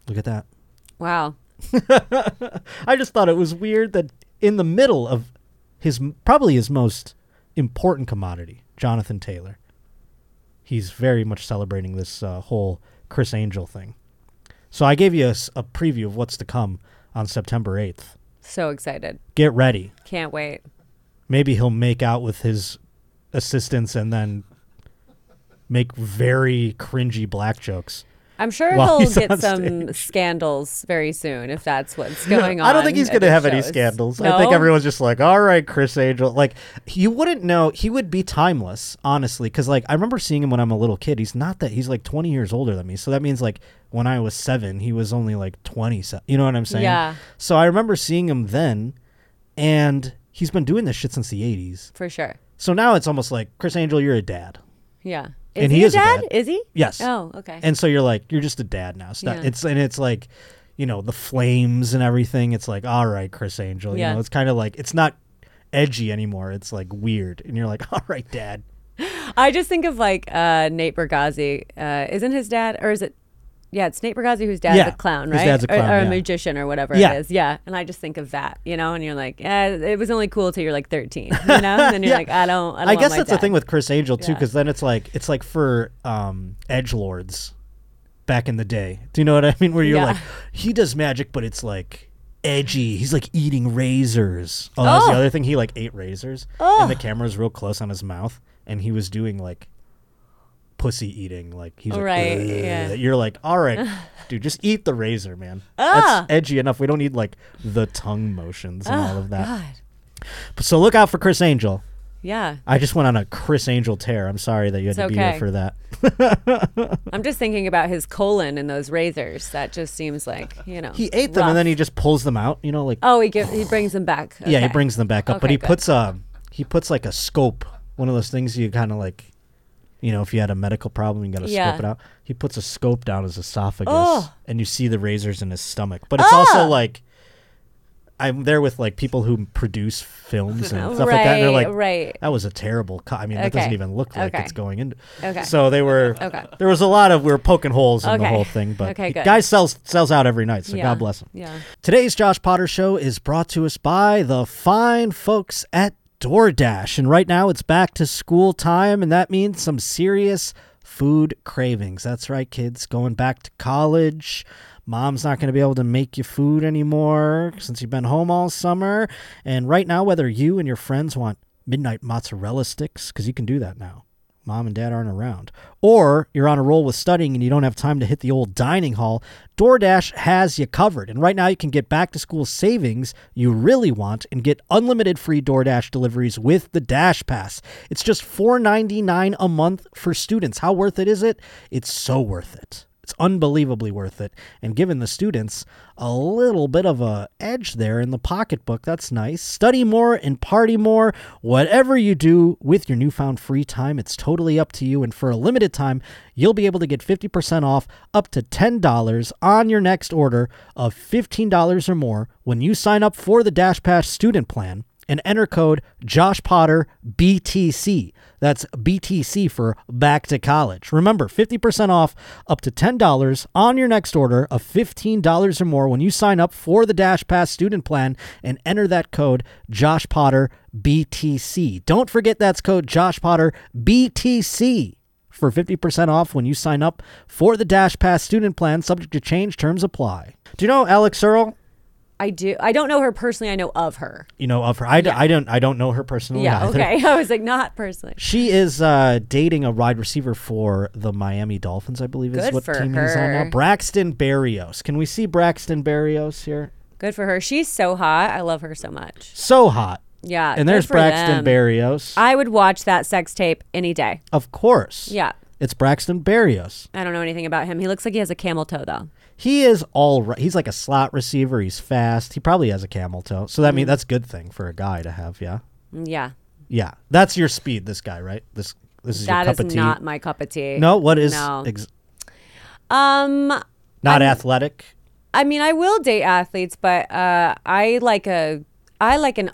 Look at that. Wow. I just thought it was weird that in the middle of his probably his most important commodity, Jonathan Taylor, he's very much celebrating this uh, whole Chris Angel thing. So I gave you a, s- a preview of what's to come on September 8th. So excited. Get ready. Can't wait. Maybe he'll make out with his assistants and then make very cringy black jokes. I'm sure While he'll he's on get some scandals very soon if that's what's going on. I don't think he's at going to the have any shows. scandals. No? I think everyone's just like, all right, Chris Angel. Like, you wouldn't know. He would be timeless, honestly. Because, like, I remember seeing him when I'm a little kid. He's not that. He's like 20 years older than me. So that means, like, when I was seven, he was only like 20. So, you know what I'm saying? Yeah. So I remember seeing him then. And he's been doing this shit since the 80s. for sure. So now it's almost like, Chris Angel, you're a dad. Yeah. Is And he, he a is a dad? dad. Is he? Yes. Oh, okay. And so you're like, you're just a dad now. So that- Yeah. It's and it's like, you know, the flames and everything. It's like, all right, Chris Angel. You Yeah. know, it's kind of like it's not edgy anymore. It's like weird, and you're like, all right, Dad. I just think of like uh, Nate Bergazzi. Uh, isn't his dad, or is it? Yeah, it's Nate Bergazzi who's dad's Yeah, a clown, his right? dad's a or, clown, or yeah. a magician or whatever Yeah. it is. Yeah, and I just think of that, you know. And you're like, yeah, it was only cool till you're like 13, you know. And then you're Yeah. like, I don't. I, don't I want guess my that's the dad. thing with Chris Angel too, Yeah. because then it's like it's like for um, edge lords back in the day. Do you know what I mean? Where you're Yeah. like, he does magic, but it's like edgy. He's like eating razors. Oh, that was the Oh. other thing. He like ate razors, and the camera was real close on his mouth, and he was doing like pussy eating. Like he's like, Right, "Ugh." yeah. You're like, all right, dude, just eat the razor, man. Ah. Ah, That's edgy enough. We don't need like the tongue motions and all of that. God. So look out for Chris Angel. Yeah, I just went on a Chris Angel tear. I'm sorry that you had It's to be here okay. for that. I'm just thinking about his colon and those razors. That just seems like you know. He ate them rough. and then he just pulls them out. You know, like Oh, he gives, he brings them back. yeah, he Okay. brings them back up, but Okay, he good. puts a he puts like a scope, one of those things you kind of like, you know, if you had a medical problem, you got to Yeah. Oh. scope it out. He puts a scope down his esophagus, Ugh. Ah! and you see the razors in his stomach. But it's also like I'm there with like people who produce films and stuff like that. And they're Right, like, right. That was a terrible. Co- I mean, that doesn't Okay. even look like Okay. it's going into. Okay. So they were. Okay. There was a lot of we were poking holes in the Okay. whole thing, but Okay, the good. guy sells sells out every night. So God bless him. Yeah. Today's Josh Potter Show is brought to us by the fine folks at DoorDash. And right now it's back to school time, and that means some serious food cravings. That's right, kids, going back to college. Mom's not going to be able to make you food anymore since you've been home all summer. And right now, whether you and your friends want midnight mozzarella sticks, because you can do that now mom and dad aren't around. Or you're on a roll with studying and you don't have time to hit the old dining hall, DoorDash has you covered. And right now you can get back to school savings you really want and get unlimited free DoorDash deliveries with the Dash Pass. It's just $4.99 a month for students. How worth it is it? It's so worth it. It's unbelievably worth it. And giving the students a little bit of a edge there in the pocketbook, that's nice. Study more and party more. Whatever you do with your newfound free time, it's totally up to you. And for a limited time, you'll be able to get 50% off up to $10 on your next order of $15 or more when you sign up for the Dash Pass student plan and enter code Josh Potter BTC. That's BTC for back to college. Remember, 50% off up to $10 on your next order of $15 or more when you sign up for the Dash Pass student plan and enter that code Josh Potter BTC. Don't forget that's code Josh Potter BTC for 50% off when you sign up for the Dash Pass student plan. Subject to change, terms apply. Do you know Alex Earl? I do. I don't know her personally. I know of her. You know of her. I, d- I don't I don't know her personally. Yeah. either. Okay. I was like, not personally. She is uh, dating a wide receiver for the Miami Dolphins, I believe is Good what for team he's on now. her. Braxton Berrios. Can we see Braxton Berrios here? Good for her. She's so hot. I love her so much. So hot. Yeah. And Uh, good there's for Braxton them. Berrios. I would watch that sex tape any day. of course. Yeah. It's Braxton Berrios. I don't know anything about him. He looks like he has a camel toe though. He is all right. He's like a slot receiver. He's fast. He probably has a camel toe. So that Mm. mean that's a good thing for a guy to have, yeah. Yeah. Yeah. That's your speed this guy, right? This this is That your is cup of tea. not my cup of tea. no, what is No. ex- um not athletic? I mean, I will date athletes, but uh, I like a I like an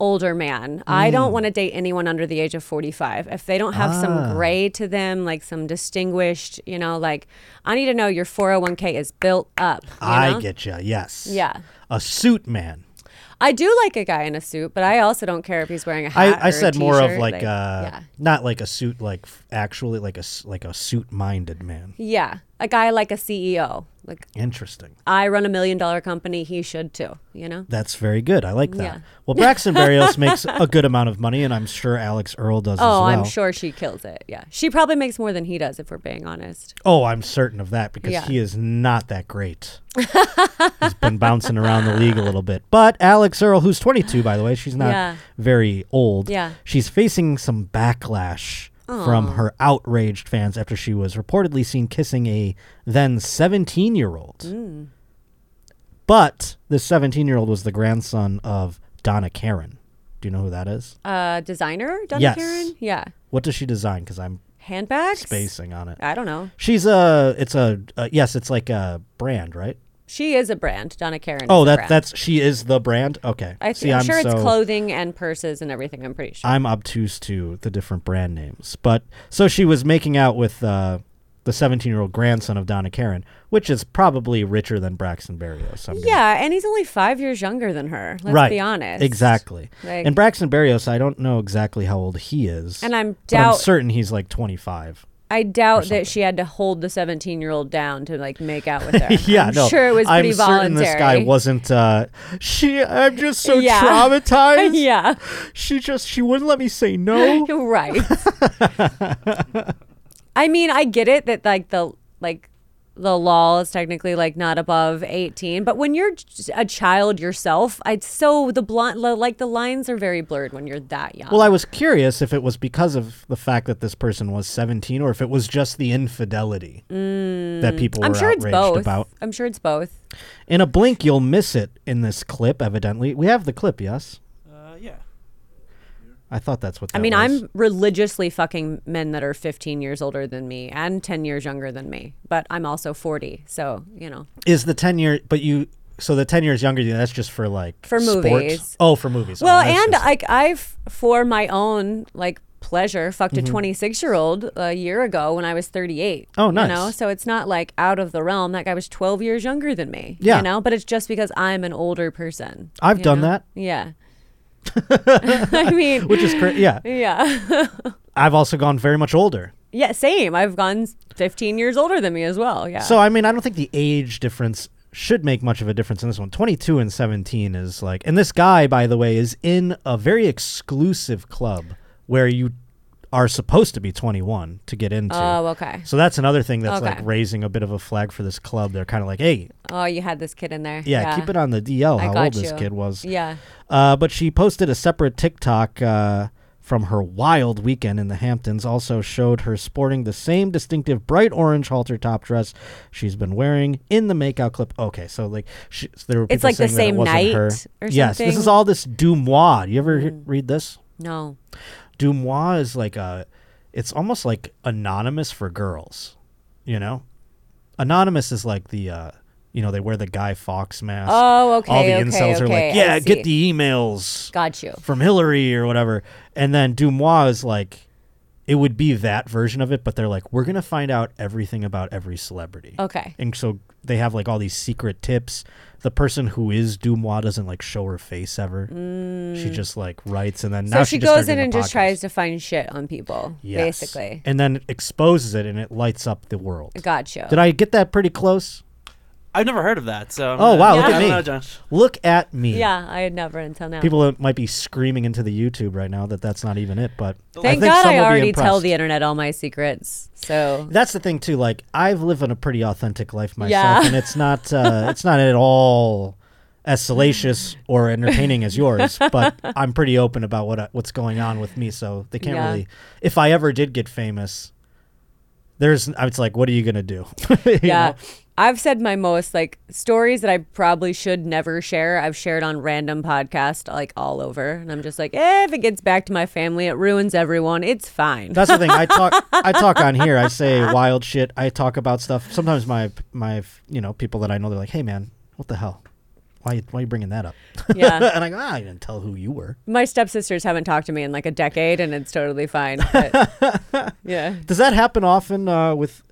older man. I Mm. don't want to date anyone under the age of 45. If they don't have Ah. some gray to them, like some distinguished, you know, like I need to know your 401k is built up. you I know? get you. Yes. Yeah. A suit man. I do like a guy in a suit, but I also don't care if he's wearing a hat. I, or I a said more of t-shirt, like, uh, yeah. not like a suit, like f- actually like a s- like a suit minded man. Yeah. A guy like a CEO. Like Interesting. I run a million dollar company, he should too, you know? That's very good. I like that. Yeah. Well, Braxton Berrios makes a good amount of money, and I'm sure Alex Earl does as Oh, well. I'm sure she kills it. Yeah. She probably makes more than he does if we're being honest. Oh, I'm certain of that because Yeah. he is not that great. He's been bouncing around the league a little bit. But Alex Earl, who's 22, by the way, she's not Yeah. very old. Yeah. She's facing some backlash from her outraged fans after she was reportedly seen kissing a then 17 year old. Mm. But this 17 year old was the grandson of Donna Karen. Do you know who that is? Uh designer, Donna Yes. Karen? Yeah. What does she design? Because I'm Handbags? spacing on it. I don't know. She's a. It's a. Uh, yes, it's like a brand, right? She is a brand, Donna Karen. is Oh, a that brand. that's she is the brand. Okay, I th- See, I'm sure so- it's clothing and purses and everything. I'm pretty sure. I'm obtuse to the different brand names, but so she was making out with uh, the 17 year old grandson of Donna Karen, which is probably richer than Braxton Berrios. I'm gonna- yeah, and he's only five years younger than her. Let's right. be honest. Exactly. Like- and Braxton Berrios, I don't know exactly how old he is, And I'm but I'm doubt- certain he's like 25. I doubt that she had to hold the 17 year old down to like make out with her. Yeah, I'm no. sure it was I'm pretty certain voluntary. this guy wasn't. Uh, she. I'm just so Yeah. traumatized. yeah, She just. She wouldn't let me say no. you're right. I mean, I get it that like the like the law is technically like not above 18, but when you're j- a child yourself, it's so the blunt like the lines are very blurred when you're that young. Well, I was curious if it was because of the fact that this person was 17 or if it was just the infidelity that people Mm. I'm were sure it's outraged both. about. I'm sure it's both. In a blink, you'll miss it in this clip, evidently. We have the clip, yes? Uh, yeah. I thought that's what I that mean, was. I'm religiously fucking men that are 15 years older than me and 10 years younger than me, but I'm also 40. So, you know, Is the 10 year. But you. So the ten years younger than you, that's just for like For sport? movies. Oh, for movies. Well, Oh, that's and just- like I've for my own like pleasure fucked a 26 year old a year ago when I was 38. Mm-hmm. Oh, nice. You know, so it's not like out of the realm. That guy was 12 years younger than me. Yeah. You know, but it's just because I'm an older person. I've you done know? that. Yeah. I mean, which is cra- yeah. yeah, I've also gone very much older. yeah, same. I've gone 15 years older than me as well. Yeah. So I mean, I don't think the age difference should make much of a difference in this one. 22 and 17 is like and this guy by the way is in a very exclusive club where you are supposed to be 21 to get into. oh, okay. so that's another thing that's Okay. like raising a bit of a flag for this club. They're kind of like, "Hey, Oh, you had this kid in there. yeah, keep it on the DL I how got old this you. kid was." Yeah. Uh, but she posted a separate TikTok uh, from her wild weekend in the Hamptons. Also showed her sporting the same distinctive bright orange halter top dress she's been wearing in the makeout clip. Okay, so like she, so there were people It's like the saying that it same wasn't night her. or Yes, this is something? Hmm. all this Dumois. You ever he- read this? No. Dumois is like a, it's almost like anonymous for girls, you know. Anonymous is like the, uh, you know, they wear the Guy Fox mask. Oh, okay. all the okay, incels okay, are I like, yeah, see. get the emails Got you. from Hillary or whatever. And then Dumois is like, it would be that version of it, but they're like, we're gonna find out everything about every celebrity. Okay. And so they have like all these secret tips. The person who is Dumois doesn't like show her face ever. She just like writes, and then now Mm. so she, she just goes turned in and into a just podcast. tries to find shit on people, Yes. basically. and then exposes it, and it lights up the world. Gotcha. Did I get that pretty close? I've never heard of that. So Oh wow! Look at Yeah. I me. don't know, Josh. Look at me. yeah, I had never until now. People that might be screaming into the YouTube right now that that's not even it, but Thank I think God some I will be already tell impressed. the internet all my secrets. So That's the thing too. Like I've lived in a pretty authentic life myself, Yeah. and it's not uh, it's not at all as salacious or entertaining as yours. But I'm pretty open about what I, what's going on with me, so they can't Yeah. really. If I ever did get famous, there's it's like, what are you gonna do? You yeah. know? I've said my most like stories that I probably should never share. I've shared on random podcasts like all over, and I'm just like, eh, if it gets back to my family, it ruins everyone. It's fine. That's the thing. I talk. I talk on here. I say wild shit. I talk about stuff. Sometimes my my you know people that I know they're like, hey man, what the hell? Why you- why you bringing that up? Yeah. and I go, ah, I didn't tell who you were. my stepsisters haven't talked to me in like a decade, and it's totally fine. But, yeah. Does that happen often uh, with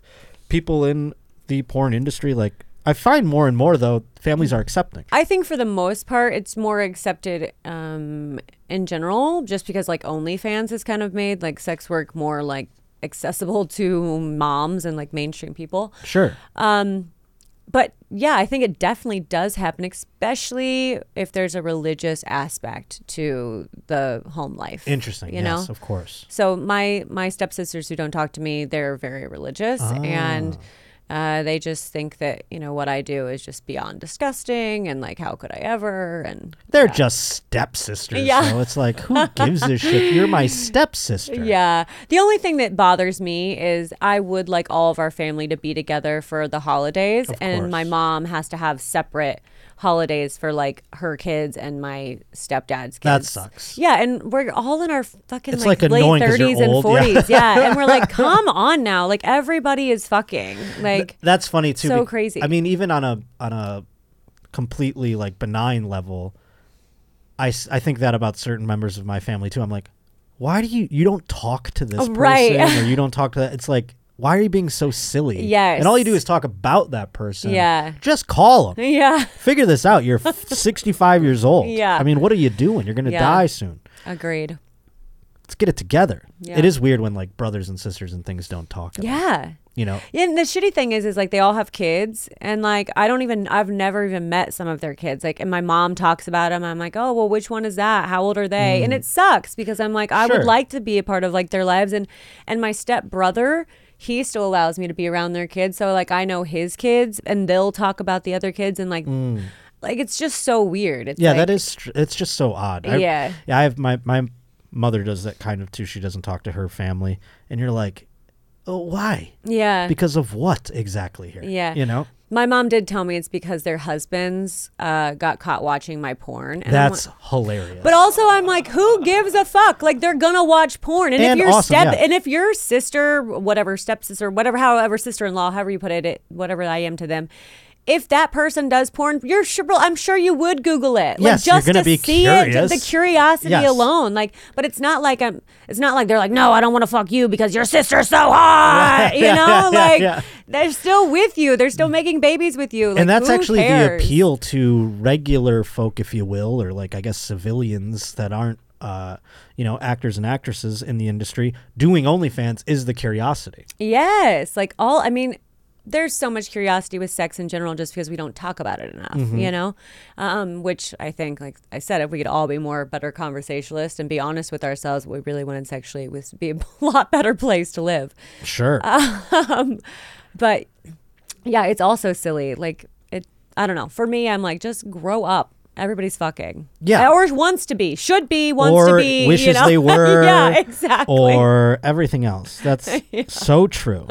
people in the porn industry? Like, I find more and more though, families are accepting. I think for the most part, it's more accepted um, in general, just because like OnlyFans has kind of made like sex work more like accessible to moms and like mainstream people. Sure. But yeah, I think it definitely does happen, especially if there's a religious aspect to the home life. Interesting. you yes, know. of course. So my my stepsisters who don't talk to me, they're very religious Ah. and uh, they just think that you know what I do is just beyond disgusting and like how could I ever and They're just stepsisters. Yeah. So it's like, who gives a shit? You're my stepsister. Yeah. The only thing that bothers me is I would like all of our family to be together for the holidays, and course. my mom has to have separate holidays for like her kids and my stepdad's kids. That sucks. Yeah, and we're all in our fucking It's, like, like, annoying late 'cause you're 30s and old, yeah. 40s. Yeah. and we're like, come on now, like everybody is fucking like. That's funny too. So be- crazy. I mean, even on a on a completely like benign level, I, s- I think that about certain members of my family too. I'm like, why do you you don't talk to this Oh, right. person or you don't talk to that? It's like, why are you being so silly? Yes. And all you do is talk about that person. Yeah. Just call them. Yeah. Figure this out. You're f- 65 years old. Yeah. I mean, what are you doing? You're gonna Yeah. die soon. Agreed. Let's get it together. Yeah. It is weird when like brothers and sisters and things don't talk. Yeah. You know. Yeah, and the shitty thing is, is like they all have kids, and like I don't even, I've never even met some of their kids. Like, and my mom talks about them. I'm like, oh well, which one is that? How old are they? And it sucks because I'm like, I Mm. Sure. would like to be a part of like their lives, and and my step brother, he still allows me to be around their kids, so like I know his kids, and they'll talk about the other kids, and like, like it's just so weird. It's Mm. Yeah, like, that is. str- It's just so odd. I- Yeah. yeah. I have my my mother does that kind of too. She doesn't talk to her family, and you're like, oh, why? Yeah, Because of what exactly here? Yeah. you know. my mom did tell me it's because their husbands uh, got caught watching my porn. And I'm That's hilarious. But also, I'm like, who gives a fuck? Like, they're gonna watch porn, and, And if your awesome, step, yeah. and if your sister, whatever stepsister, whatever, however sister-in-law, however you put it, it, whatever I am to them, if that person does porn, you're sure, I'm sure you would Google it. Like, Yes, you're just gonna to be see curious. it, the curiosity Yes. alone. Like, but it's not like I'm. It's not like they're like, no, I don't want to fuck you because your sister's so hot. you yeah, know, yeah, yeah, like yeah. they're still with you. They're still making babies with you. Like, and that's who actually cares? the appeal to regular folk, if you will, or like I guess civilians that aren't, uh, you know, actors and actresses in the industry doing OnlyFans is the curiosity. Yes. Like all I mean, there's so much curiosity with sex in general just because we don't talk about it enough, Mm-hmm. you know? Um, which I think, like I said, if we could all be more better conversationalists and be honest with ourselves, what we really wanted sexually was be a lot better place to live. Sure. Um, but yeah, it's also silly. Like it I don't know. For me, I'm like, just grow up. Everybody's fucking. Yeah. Or wants to be. Should be, wants or to be. wishes you know? they were. yeah, exactly. Or everything else. That's so true.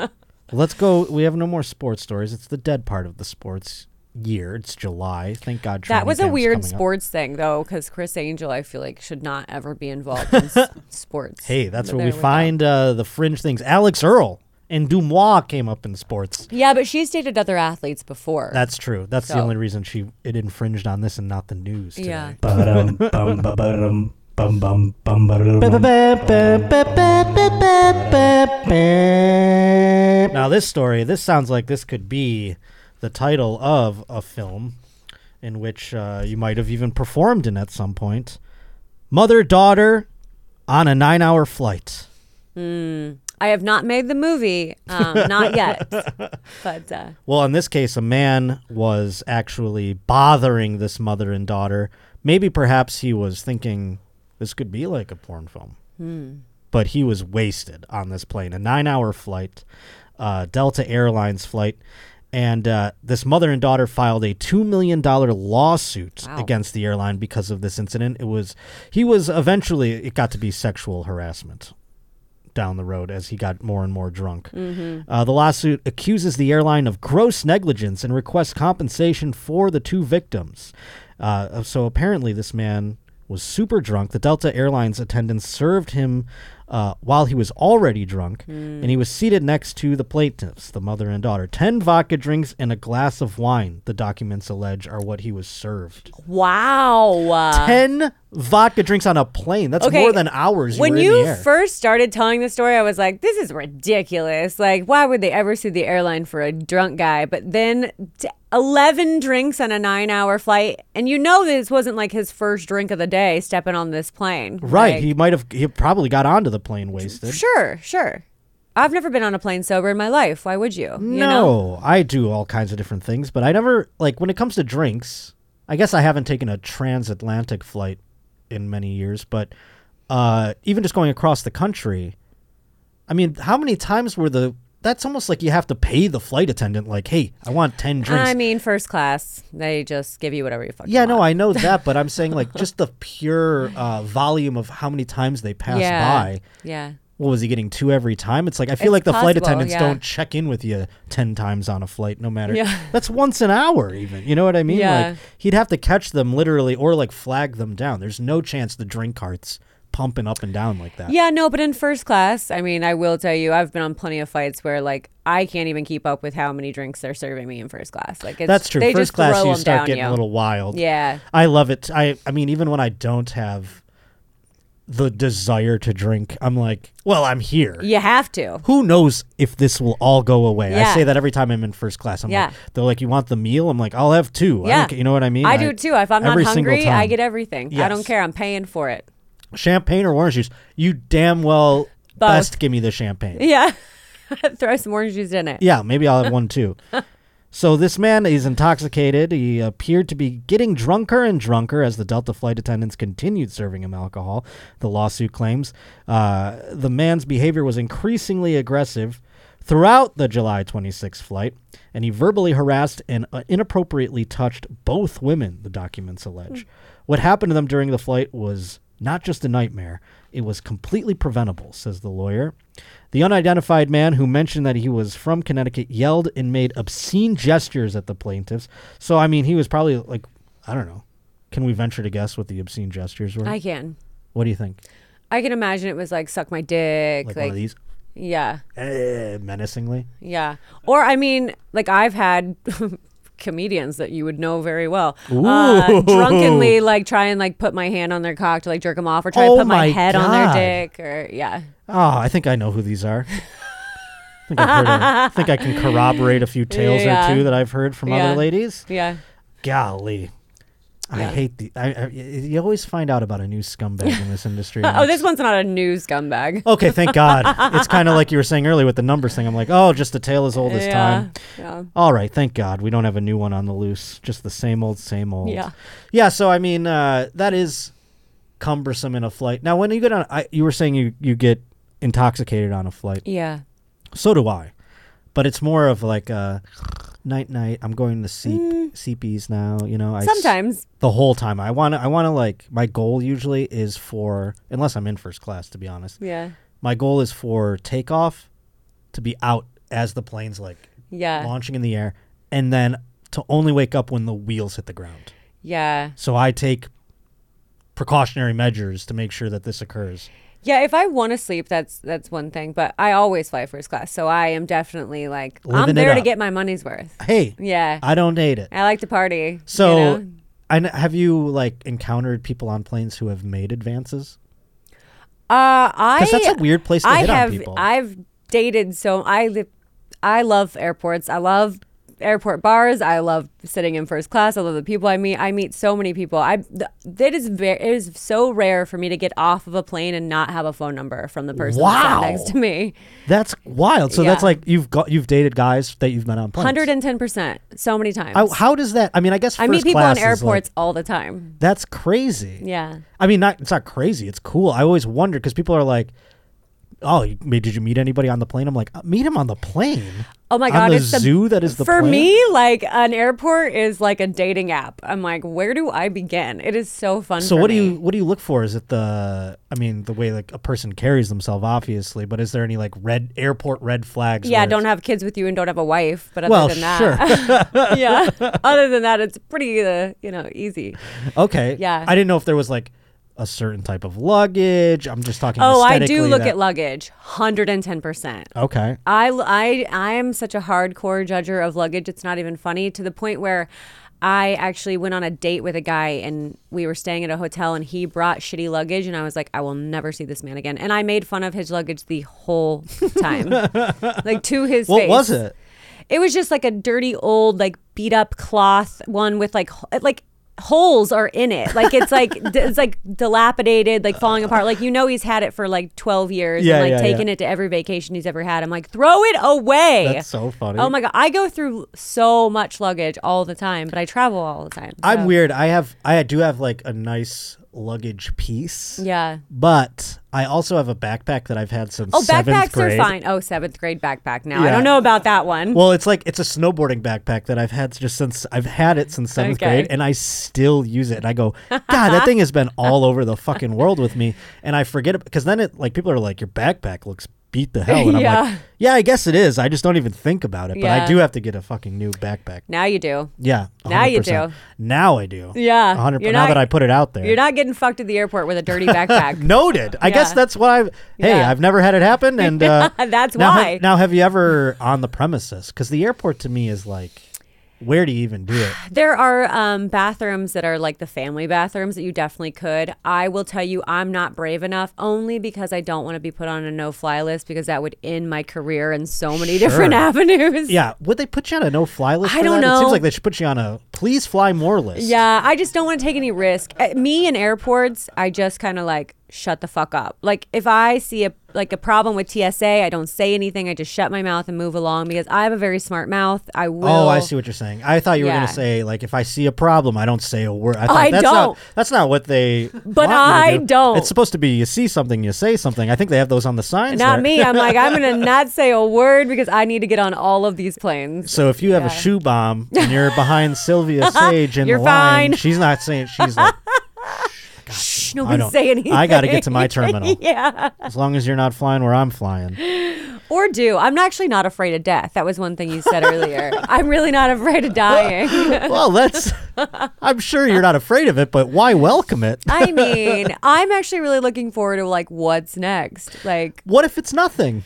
Let's go. We have no more sports stories. It's the dead part of the sports year. It's July. Thank God. That training was a camp's weird coming up. sports thing, though, because Chris Angel, I feel like, should not ever be involved in s- sports. Hey, that's But where we there go. find uh, the fringe things. Alex Earl and Dumois came up in sports. Yeah, but she's dated other athletes before. That's true. That's the So- only reason she it infringed on this and not the news. Today. Yeah. Ba-dum, bum, ba-ba-dum, bum, bum, bum, ba-dum. Now this story, this sounds like this could be the title of a film in which uh, you might have even performed in at some point. Mother daughter on a nine hour flight. I have not made the movie, um, not yet. But uh, Well, in this case, a man was actually bothering this mother and daughter. Maybe perhaps he was thinking this could be like a porn film. But he was wasted on this plane, a nine hour flight, uh, Delta Airlines flight. And uh, this mother and daughter filed a $2 million lawsuit Wow. against the airline because of this incident. It was, he was eventually, it got to be sexual harassment down the road as he got more and more drunk. Mm-hmm. Uh, the lawsuit accuses the airline of gross negligence and requests compensation for the two victims. Uh, so apparently, this man was super drunk. The Delta Airlines attendants served him uh, while he was already drunk, Mm. and he was seated next to the plaintiffs, the mother and daughter. Ten vodka drinks and a glass of wine, the documents allege, are what he was served. wow. Uh, Ten vodka drinks on a plane. That's okay. more than hours you when were in you the air. first started telling the story, I was like, this is ridiculous. Like, why would they ever sue the airline for a drunk guy? But then t- 11 drinks on a nine hour flight. And you know, this wasn't like his first drink of the day stepping on this plane. Right. Like, he might have. He probably got onto the plane wasted. sure, sure. I've never been on a plane sober in my life. Why would you? no, You know? I do all kinds of different things, but I never like when it comes to drinks. I guess I haven't taken a transatlantic flight in many years, but uh, even just going across the country. I mean, how many times were the? That's almost like you have to pay the flight attendant. Like, hey, I want ten drinks. I mean, first class, they just give you whatever you fucking yeah, no, want. I know that, but I'm saying like just the pure uh, volume of how many times they pass yeah. by. Yeah. what was he getting two every time? It's like I feel It's like the flight possible, attendants yeah. don't check in with you ten times on a flight, no matter. Yeah. That's once an hour, even. You know what I mean? Yeah. Like he'd have to catch them literally, or like flag them down. There's no chance the drink cart's pumping up and down like that. Yeah, no, but in first class, I mean, I will tell you, I've been on plenty of flights where like I can't even keep up with how many drinks they're serving me in first class. Like it's, That's true. They First just class, throw you 'em down start getting you. a little wild. Yeah, I love it. I I mean, even when I don't have the desire to drink, I'm like, well, I'm here. you have to. who knows if this will all go away? I Yeah. say that every time I'm in first class. I'm Yeah. like, they're like, you want the meal? I'm like, I'll have two. I Yeah. don't ca- you know what I mean? I do too. If I'm not every single hungry, I time. get everything. I don't Yes. care. I'm paying for it. champagne or orange juice. You damn well Both. best give me the champagne. Yeah, throw some orange juice in it. Yeah, maybe I'll have one too. So this man is intoxicated. He appeared to be getting drunker and drunker as the Delta flight attendants continued serving him alcohol. The lawsuit claims uh, the man's behavior was increasingly aggressive throughout the July 26 flight, and he verbally harassed and uh, inappropriately touched both women. The documents allege what happened to them during the flight was not just a nightmare, it was completely preventable, says the lawyer. The unidentified man who mentioned that he was from Connecticut yelled and made obscene gestures at the plaintiffs. So, I mean, he was probably like, I don't know. Can we venture to guess what the obscene gestures were? I can. what do you think? I can imagine it was like suck my dick. Like, Like, one of these? yeah. Eh, menacingly? Yeah. Or I mean, like I've had comedians that you would know very well. Uh, drunkenly, like try and like put my hand on their cock to like jerk them off, or try Oh and put my, my head on God. their dick, or yeah. Ah, I think I know who these are. I think, I've heard of- I think I can corroborate a few tales Yeah. or two that I've heard from Yeah. other ladies. Yeah. Golly. I hate the. I, I, you always find out about a new scumbag in this industry. and Oh, it's- this one's not a new scumbag. Okay, thank God. it's kind of like you were saying earlier with the numbers thing. I'm like, oh, just a tale as old as yeah. time. Yeah. All right, thank God we don't have a new one on the loose. Just the same old, same old. Yeah. Yeah. So I mean, uh, that is cumbersome in a flight. Now, when you get on, I, you were saying you you get intoxicated on a flight. Yeah. So do I, but it's more of like uh, night night. I'm going to seep seepies now. You know, I s- Mm. Sometimes. the whole time I want to. I want to like my goal usually is for unless I'm in first class to be honest. Yeah. My goal is for takeoff to be out as the plane's like Yeah. launching in the air, and then to only wake up when the wheels hit the ground. Yeah. So I take precautionary measures to make sure that this occurs. Yeah, if I want to sleep, that's that's one thing. But I always fly first class, so I am definitely like Living it I'm there to up. get my money's worth. Hey, Yeah, I, I don't hate it. like to party. So, you know? I kn- have you like encountered people on planes who have made advances? uh, I Because that's a weird place to I hit have on people. I've dated so I li- I love airports. I love airport bars. I love sitting in first class. I love the people I meet. I meet so many people. I th- it is very it is so rare for me to get off of a plane and not have a phone number from the person that sat Wow. next to me. that's wild. So that's Yeah. like you've got you've dated guys that you've met on planes. Hundred and ten percent, so many times. How, how does that? I mean, I guess I first meet people in class is, like- airports all the time. that's crazy. Yeah. I mean, not it's not crazy. It's cool. I always wonder because people are like, "Oh, you, ma- did you meet anybody on the plane?" I'm like, uh, "Meet him on the plane." Oh my On god, the it's the zoo that is the for plane? me like an airport is like a dating app. I'm like, where do I begin? It is so fun. So for what do me. you what do you look for? Is it the I mean the way like a person carries themselves, obviously, but is there any like red airport red flags? Yeah, where don't it's- have kids with you and don't have a wife. But other Well, than that, yeah. Other than that, it's pretty uh, you know easy. Okay. Yeah. I didn't know if there was like a certain type of luggage. I'm just talking. Oh, I do aesthetically look that- at luggage, hundred and ten percent. Okay. I, I, I am such a hardcore judger of luggage. It's not even funny to the point where I actually went on a date with a guy and we were staying at a hotel and he brought shitty luggage and I was like, I will never see this man again. And I made fun of his luggage the whole time, like to his What face. was it? It was just like a dirty old, like beat up cloth one with like h- like holes are in it. Like it's like d- it's like dilapidated, like falling apart. Like you know he's had it for like twelve years Yeah, and like yeah, taking yeah. it to every vacation he's ever had. I'm like, throw it away. That's so funny. Oh my god, I go through so much luggage all the time, but I travel all the time. I'm so- weird. I have I do have like a nice luggage piece. Yeah. But I also have a backpack that I've had since Oh, seventh backpacks grade. are fine. Oh, seventh grade backpack now. I Yeah. don't know about that one. Well, it's like it's a snowboarding backpack that I've had just since I've had it since seventh Okay. grade, and I still use it. And I go, God, that thing has been all over the fucking world with me, and I forget it because then it like people are like, your backpack looks beat the hell, and I'm Yeah. like, yeah, I guess it is. I just don't even think about it, but I Yeah. do have to get a fucking new backpack. now you do. Yeah, Now you 100%. do. Now I do. Yeah, 100. you're percent now not- that I put it out there, You're not getting fucked at the airport with a dirty backpack. Noted. I guess Yeah. that's why. I've, hey, Yeah. I've never had it happen, and uh, That's now why. have- now, have you ever on the premises? Because the airport to me is like, where do you even do it? There are um, bathrooms that are like the family bathrooms that you definitely could. I will tell you, I'm not brave enough only because I don't want to be put on a no fly list because that would end my career in so many Sure. different avenues. Yeah, would they put you on a no-fly list? I for don't that? It seems know. like they should put you on a please fly more list. Yeah, I just don't want to take any risk. Uh, me in airports, I just kind of like shut the fuck up. Like if I see a like a problem with TSA, I don't say anything. I just shut my mouth and move along because I have a very smart mouth. I will. Oh, I see what you're saying. I thought you were Yeah. gonna say like, if I see a problem, I don't say a word. I, thought, I that's Not, don't. that's not what they. want you to I do. don't. It's supposed to be you see something, you say something. I think they have those on the signs. Not there. me. I'm like I'm gonna not say a word because I need to get on all of these planes. So if you have a shoe bomb and you're behind Sylvia Sage in You're the line, fine. she's not saying she's like, Shh, I nobody don't say anything. I got to get to my terminal. yeah. As long as you're not flying where I'm flying. Or do. I'm actually not afraid of death. That was one thing you said earlier. I'm really not afraid of dying. Well, that's. I'm sure you're not afraid of it, but why welcome it? I mean, I'm actually really looking forward to like what's next. Like What if it's nothing?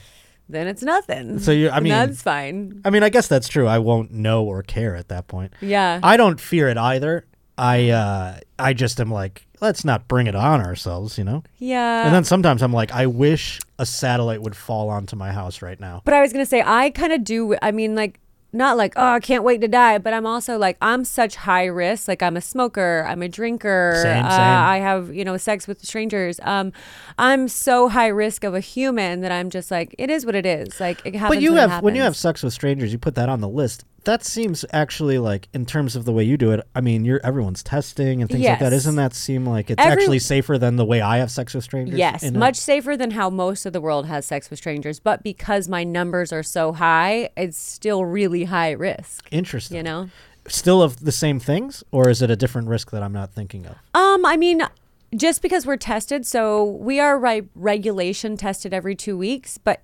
then it's nothing. So you- I And mean- that's fine. I mean, I guess that's true. I won't know or care at that point. Yeah. I don't fear it either. I uh, I just am like, let's not bring it on ourselves, you know. yeah. and then sometimes I'm like, I wish a satellite would fall onto my house right now. But I was gonna say I kind of do. I mean, like not like oh I can't wait to die, but I'm also like I'm such high risk. Like I'm a smoker, I'm a drinker. Same, uh, same. I have you know sex with strangers. Um, I'm so high risk of a human that I'm just like it is what it is. Like it happens. But you when it have when you have happens. sex with strangers, you put that on the list. That seems actually like in terms of the way you do it. I mean, you're everyone's testing and things like that. Yes. Isn't that seem like it's Every- actually safer than the way I have sex with strangers? Yes, in a- much safer than how most of the world has sex with strangers. But because my numbers are so high, it's still really high risk. interesting. You know. Still of the same things, or is it a different risk that I'm not thinking of? Um, I mean, just because we're tested, so we are right regulation tested every two weeks, but.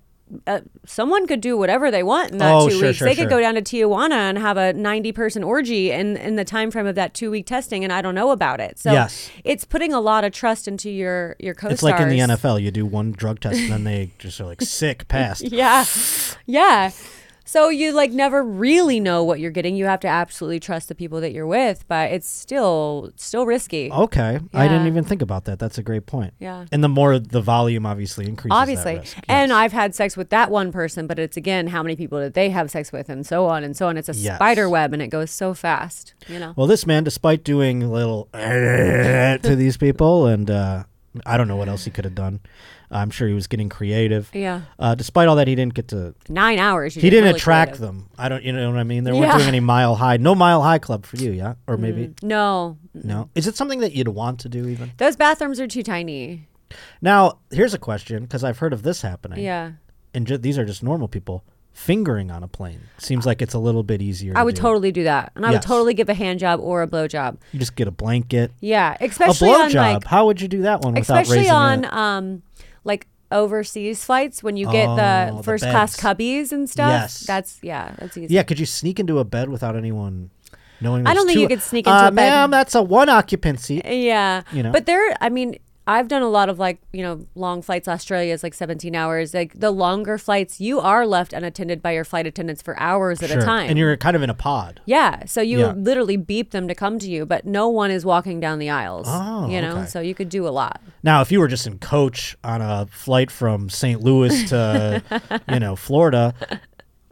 Uh, someone could do whatever they want in that Oh, two sure, weeks. sure, they sure. could go down to Tijuana and have a 90 person orgy in, in the time frame of that two week testing, and I don't know about it. So Yes. it's putting a lot of trust into your, your co stars. It's like in the NFL, you do one drug test and then they just are like sick passed. Yeah. Yeah. So you like never really know what you're getting. You have to absolutely trust the people that you're with, but it's still still risky. Okay, I didn't Yeah. even think about that. That's a great point. Yeah. and the more the volume obviously increases. that obviously risk. and Yes. i've had sex with that one person but it's again how many people did they have sex with and so on and so on it's a Yes. spider web and it goes so fast you know Well, this man, despite doing little to these people, and uh, I don't know what else he could have done. I'm sure he was getting creative. yeah Uh, despite all that, he didn't get to. nine hours you He get didn't really attract creative. them. I don't. You know what I mean? There weren't Yeah. doing any mile high. No mile high club for you, yeah? Or maybe no no. Is it something that you'd want to do even? those bathrooms are too tiny Now, here's a question because I've heard of this happening. yeah And ju- these are just normal people. Fingering on a plane seems like it's a little bit easier. i to would do. totally do that and i Yes. would totally give a hand job or a blow job You just get a blanket. yeah A especially blowjob. on like How would you do that one without especially raising on it? um like overseas flights when you get Oh, the the first class beds. cubbies and stuff Yes. that's yeah that's easy Yeah, could you sneak into a bed without anyone knowing? I there's don't think two- you could sneak into uh, a bed. Ma'am, that's a one occupancy. Yeah. You know? But there, I mean, I've done a lot of like, you know, long flights. Australia is like 17 hours. Like the longer flights, you are left unattended by your flight attendants for hours at Sure. a time. and you're kind of in a pod. yeah. So you Yeah. literally beep them to come to you, but no one is walking down the aisles. Oh, you know, okay. so you could do a lot. Now, if you were just in coach on a flight from St. Louis to, you know, Florida.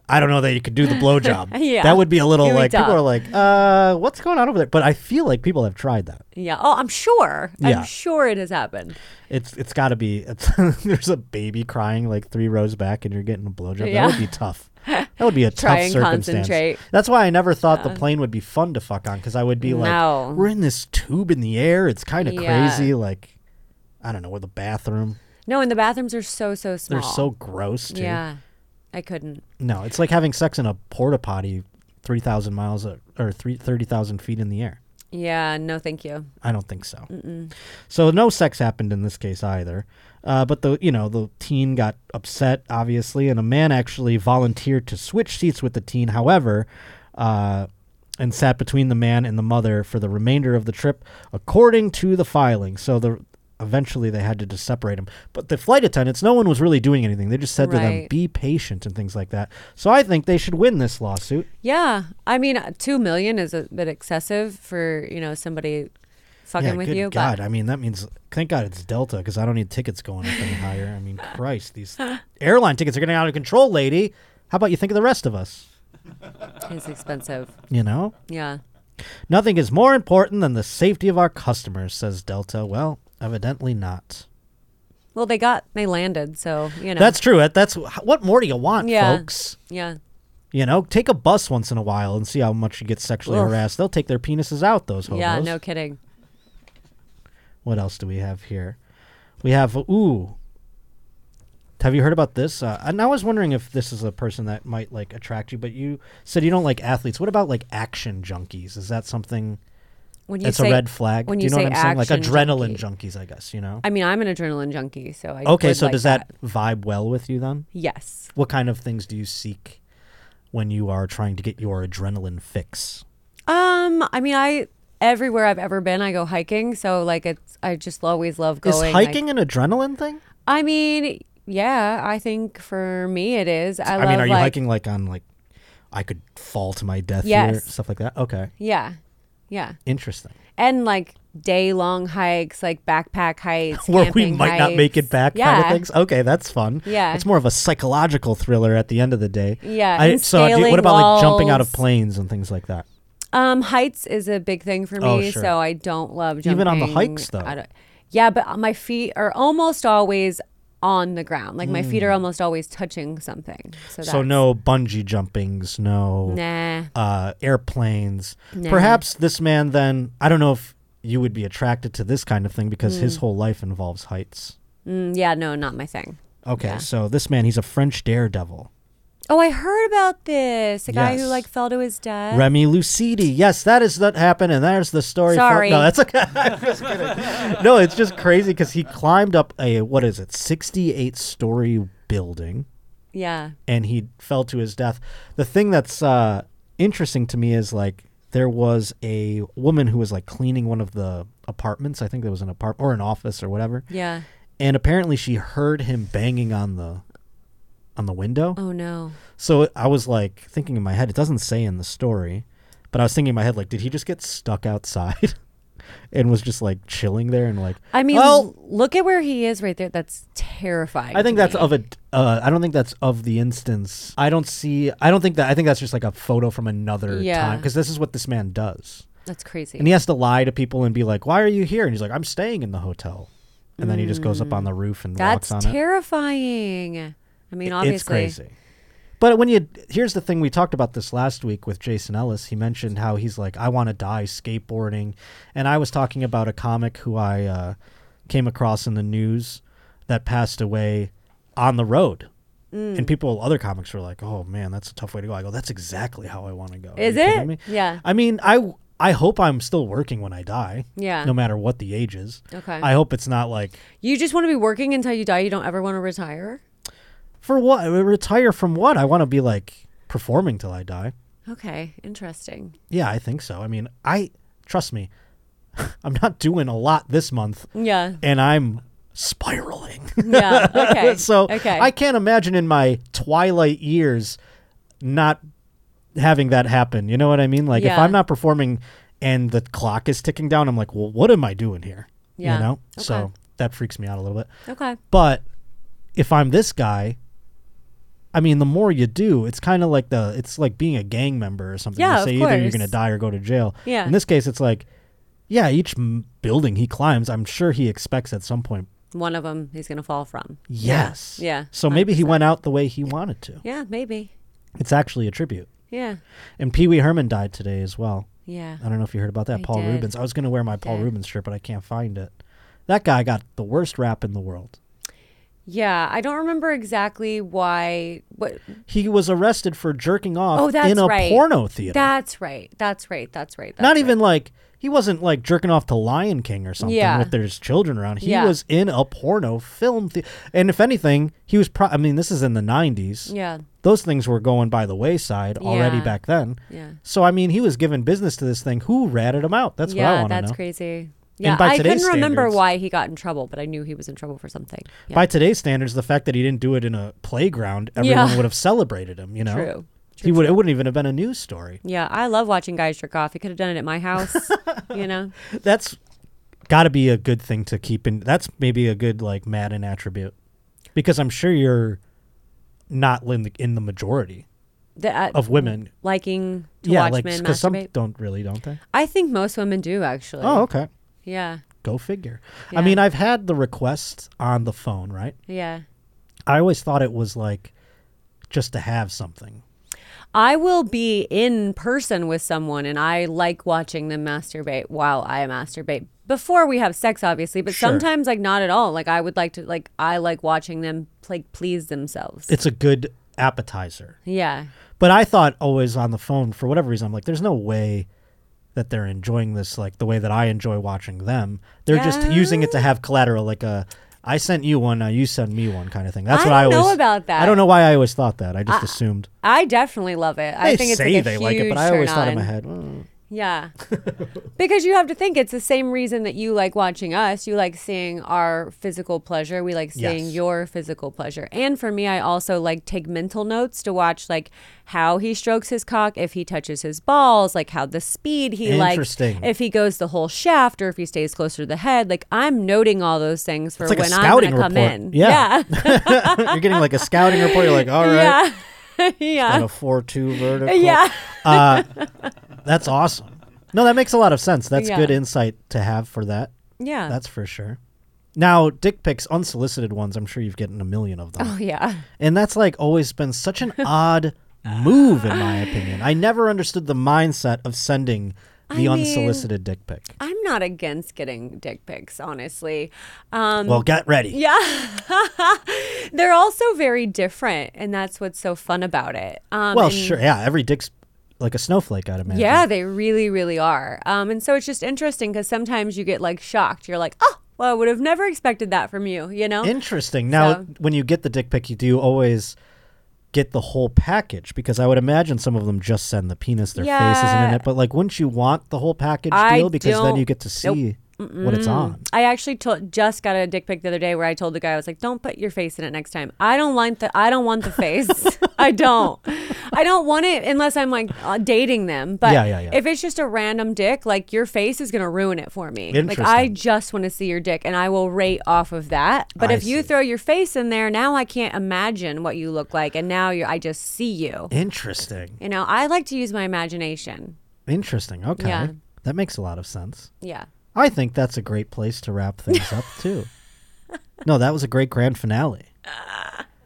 I don't know that you could do the blowjob. Yeah. That would be a little It'd be like people tough. are like, uh, what's going on over there? But I feel like people have tried that. Yeah. Oh, I'm sure. Yeah. I'm sure it has happened. It's it's got to be. It's, there's a baby crying like three rows back, and you're getting a blowjob. Yeah. That would be tough. That would be a Try tough and circumstance. concentrate. That's why I never thought the plane would be fun to fuck on because I would be No. like, we're in this tube in the air. It's kind of Yeah. crazy. Like, I don't know, with the bathroom. No, and the bathrooms are so, so small. They're so gross. Too. Yeah. I couldn't. No, it's like having sex in a porta potty, three thousand miles uh, or three thirty thousand feet in the air. Yeah. No, thank you. I don't think so. So no sex happened in this case either. Uh, but the you know the teen got upset obviously, and a man actually volunteered to switch seats with the teen. However, uh, and sat between the man and the mother for the remainder of the trip, according to the filing. So the eventually they had to just separate them. But the flight attendants, no one was really doing anything. They just said to them, Right. "Be patient" and things like that. So I think they should win this lawsuit. Yeah, I mean, uh, two million is a bit excessive for you know somebody fucking with good you. God, I mean that means thank God it's Delta because I don't need tickets going up any higher. I mean, Christ, these airline tickets are getting out of control, lady. How about you think of the rest of us? But it's expensive. You know, Yeah, nothing is more important than the safety of our customers, says Delta. Well, evidently not. well, they got they landed, so you know. That's true. That- That's what more do you want, Yeah. folks? yeah. You know, take a bus once in a while and see how much you get sexually Oof. harassed. They'll take their penises out. Those hobos. Yeah, no kidding. What else do we have here? We have ooh. Have you heard about this? Uh, and I was wondering if this is a person that might like attract you, but you said you don't like athletes. What about like action junkies? Is that something When you that's say, a red flag? when do you you know say what I'm saying? Like action adrenaline junkie. junkies, I guess. You know. I mean, I'm an adrenaline junkie, so I. okay, would so like does that, vibe well with you then? Yes. What kind of things do you seek when you are trying to get your adrenaline fix? Um, I mean, I everywhere I've ever been, I go hiking. So like, it's I just always love going. Is like- hiking an adrenaline thing? I mean, yeah, I think for me it is. I, I, love mean, are you like, hiking like on like I could fall to my death here, Yes. stuff like that? Okay, Yeah, yeah, interesting. and like day long hikes, like backpack hikes, Where we camping might not make it hikes. back, yeah. kind of things. Okay, that's fun. Yeah. it's more of a psychological thriller at the end of the day. Yeah, I, and so do you- what scaling about like jumping out of walls. planes and things like that? Um, heights is a big thing for me, Oh, sure. so I don't love jumping. Even on the hikes, though. I don't- yeah, but my feet are almost always on the ground. Like my feet are almost always touching something. So, that's, Hmm. So no bungee jumpings, no Nah. uh, airplanes. Nah. Perhaps this man then, I don't know if you would be attracted to this kind of thing because Hmm. his whole life involves heights. Mm, yeah, no, not my thing. Okay, so this man, he's a French daredevil. Oh, I heard about this. The guy who Yes. like fell to his death. Remy Lucidi. Yes, that is what happened, and there's the story. Sorry. For, no, that's okay. I'm just kidding. No, it's just crazy because he climbed up a, what is it, 68 story building. yeah. and he fell to his death. The thing that's uh, interesting to me is like there was a woman who was like cleaning one of the apartments. I think there was an apartment or an office or whatever, Yeah. and apparently she heard him banging on the on the window. Oh no. So I was like thinking in my head, it doesn't say in the story, but I was thinking in my head like, did he just get stuck outside? And was just like chilling there, and like I mean, well, look at where he is right there. That's terrifying. I think to that's me. of a. Uh, I don't think that's of the instance. I don't see. I don't think that. I think that's just like a photo from another Yeah. time because this is what this man does, that's crazy. and he has to lie to people and be like, "Why are you here?" And he's like, "I'm staying in the hotel," and then he just goes up on the roof and that's walks on it. terrifying. I mean, obviously. It's crazy. But when you here's the thing, we talked about this last week with Jason Ellis. He mentioned how he's like, I want to die skateboarding, and I was talking about a comic who I uh, came across in the news that passed away on the road. Mm. And people, other comics were like, "Oh man, that's a tough way to go." I go, "That's exactly how I want to go." Are Is you kidding it? me? Yeah. I mean, I I hope I'm still working when I die. Yeah. No matter what the age is. Okay. I hope it's not like You just want to be working until you die. You don't ever want to retire. For what? Retire from what? I want to be like performing till I die. Okay, interesting. Yeah, I think so. I mean, I trust me. I'm not doing a lot this month, Yeah, and I'm spiraling. yeah. Okay. so okay, I can't imagine in my twilight years not having that happen. You know what I mean? Like if Yeah. I'm not performing and the clock is ticking down, I'm like, well, what am I doing here? Yeah. You know. Okay. So that freaks me out a little bit. okay. But if I'm this guy, I mean, the more you do, it's kind of like the it's like being a gang member or something. Yeah, you of say either you're course. going to die or go to jail. Yeah. In this case, it's like, yeah, each m- building he climbs, I'm sure he expects at some point. One of them he's gonna fall from. Yes. Yeah, So maybe he went out the way he wanted to. Yeah, maybe. It's actually a tribute. Yeah, And Pee Wee Herman died today as well. yeah. I don't know if you heard about that. I Paul did. Rubens. I was going to wear my Paul did. Rubens shirt, but I can't find it. That guy got the worst rap in the world. Yeah, I don't remember exactly why. What? He was arrested for jerking off Oh, that's in a right. porno theater. That's right. That's right. That's right. That's not right. even like he wasn't like jerking off to Lion King or something Yeah. with there's children around. He Yeah. was in a porno film, the- and if anything, he was. Pro- I mean, this is in the '90s. Yeah. Those things were going by the wayside already Yeah. back then. Yeah. So I mean, he was giving business to this thing. Who ratted him out? That's what I Yeah, want to know. that's crazy. Yeah, by I couldn't today's remember standards- why he got in trouble, but I knew he was in trouble for something. Yeah. By today's standards, the fact that he didn't do it in a playground, everyone Yeah. would have celebrated him. You know, True. he would. It wouldn't even have been a news story. Yeah, I love watching guys jerk off. He could have done it at my house, you know. that's got to be a good thing to keep in. That's maybe a good like Madden attribute because I'm sure you're not in the, in the majority The, uh, of women. liking to yeah, watch like men because some masturbate. don't really, don't they? I think most women do actually. Oh, okay. Yeah. Go figure. Yeah. I mean, I've had the request on the phone, right? Yeah. I always thought it was like just to have something. I will be in person with someone and I like watching them masturbate while I masturbate. Before we have sex obviously, but Sure. sometimes like not at all. Like I would like to like I like watching them like please themselves. It's a good appetizer. yeah. But I thought always on the phone for whatever reason. I'm like, there's no way that they're enjoying this like the way that I enjoy watching them. They're just Yeah. using it to have collateral, like a I sent you one, now you send me one kind of thing. That's I what I don't know always about that. I don't know why I always thought that. I just assumed I definitely love it. they I think it's say like a they huge like it, but I always turn thought in on. my head. "Mm, Yeah. because you have to think it's the same reason that you like watching us. You like seeing our physical pleasure. We like seeing Yes. your physical pleasure. And for me, I also like take mental notes to watch like how he strokes his cock, if he touches his balls, like how the speed he likes, Interesting. if he goes the whole shaft or if he stays closer to the head. Like I'm noting all those things for It's like a when I'm going scouting to come report. in. Yeah. Yeah. "Mm." You're getting like a scouting report. You're like, all right, Yeah. yeah. and a four-two vertical. Yeah. that's awesome. No, that makes a lot of sense. That's Yeah. good insight to have for that. Yeah. That's for sure. Now, dick pics, unsolicited ones. I'm sure you've gotten a million of them, oh, yeah. and that's like always been such an odd move, in my opinion. I never understood the mindset of sending the mean- unsolicited dick pic. I'm not against getting dick pics, honestly. Um, Well, get ready. yeah, they're also very different, and that's what's so fun about it. Um, Well, and- sure. Yeah, every dick's like a snowflake, I'd imagine. Yeah, they really, really are. Um, and so it's just interesting because sometimes you get like shocked. You're like, oh, well, I would have never expected that from you, you know? Interesting. Now, So- when you get the dick pic, you do always get the whole package because I would imagine some of them just send the penis, their face isn't in Yeah. it. But like, wouldn't you want the whole package I deal? Because then don't- you get to see what it's on. I actually told just got a dick pic the other day where I told the guy I was like, "Don't put your face in it next time. I don't like the I don't want the face. I don't. I don't want it unless I'm like uh, dating them. But Yeah, yeah, yeah. if it's just a random dick, like your face is gonna ruin it for me. Like I Interesting. just want to see your dick, and I will rate off of that. But I if see. you throw your face in there, now I can't imagine what you look like, and now you I just see you. Interesting. You know, I like to use my imagination. Interesting. Okay. Yeah. That makes a lot of sense. Yeah. I think that's a great place to wrap things up too. No, that was a great grand finale.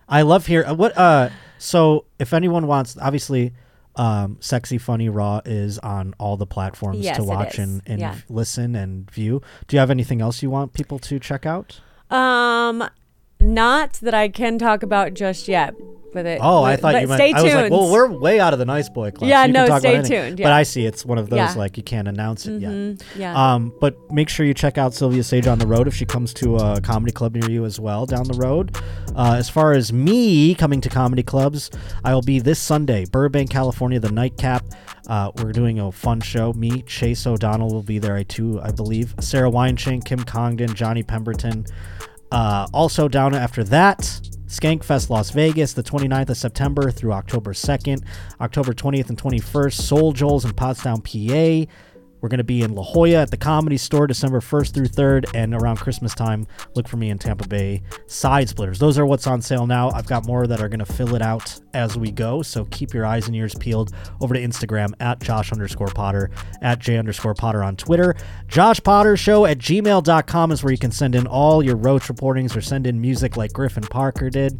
I love here uh, what uh so if anyone wants obviously um sexy funny raw is on all the platforms Yes, to it watch is. and, and Yeah. listen and view. Do you have anything else you want people to check out? Um, not that I can talk about just yet. With it. Oh, I But- thought but you meant Stay I was tuned. like, well, we're way out of the nice boy club. Yeah, so you no, can talk stay about anything. tuned, But yeah. I see it's one of those Yeah. Mm-hmm, like you can't announce it yet. yeah. Um, but make sure you check out Sylvia Sage on the road if she comes to a comedy club near you as well down the road. Uh, as far as me coming to comedy clubs, I will be this Sunday, Burbank, California, the Nightcap. Uh, we're doing a fun show. Me, Chase O'Donnell will be there. I too, I believe. Sarah Weinstein, Kim Congdon, Johnny Pemberton. Uh, also down after that, Skankfest Las Vegas, the 29th of September through October 2nd, October 20th and 21st, Soul Joel's in Potsdam, PA. We're going to be in La Jolla at the Comedy Store December 1st through 3rd, and around Christmas time, look for me in Tampa Bay. Side splitters. Those are what's on sale now. I've got more that are going to fill it out as we go, so keep your eyes and ears peeled over to Instagram at Josh underscore Potter, at J underscore Potter on Twitter. Josh Potter Show at gmail.com is where you can send in all your Roach reportings or send in music like Griffin Parker did.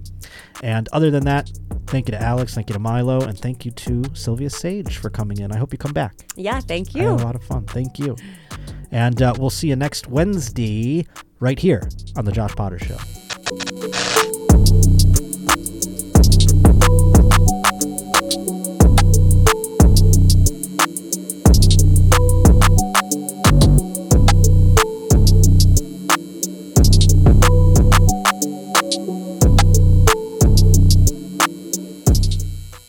And other than that, thank you to Alex, thank you to Milo, and thank you to Sylvia Sage for coming in. I hope you come back. yeah. Thank I had a you. lot of fun. Thank you. And uh, we'll see you next Wednesday right here on The Josh Potter Show.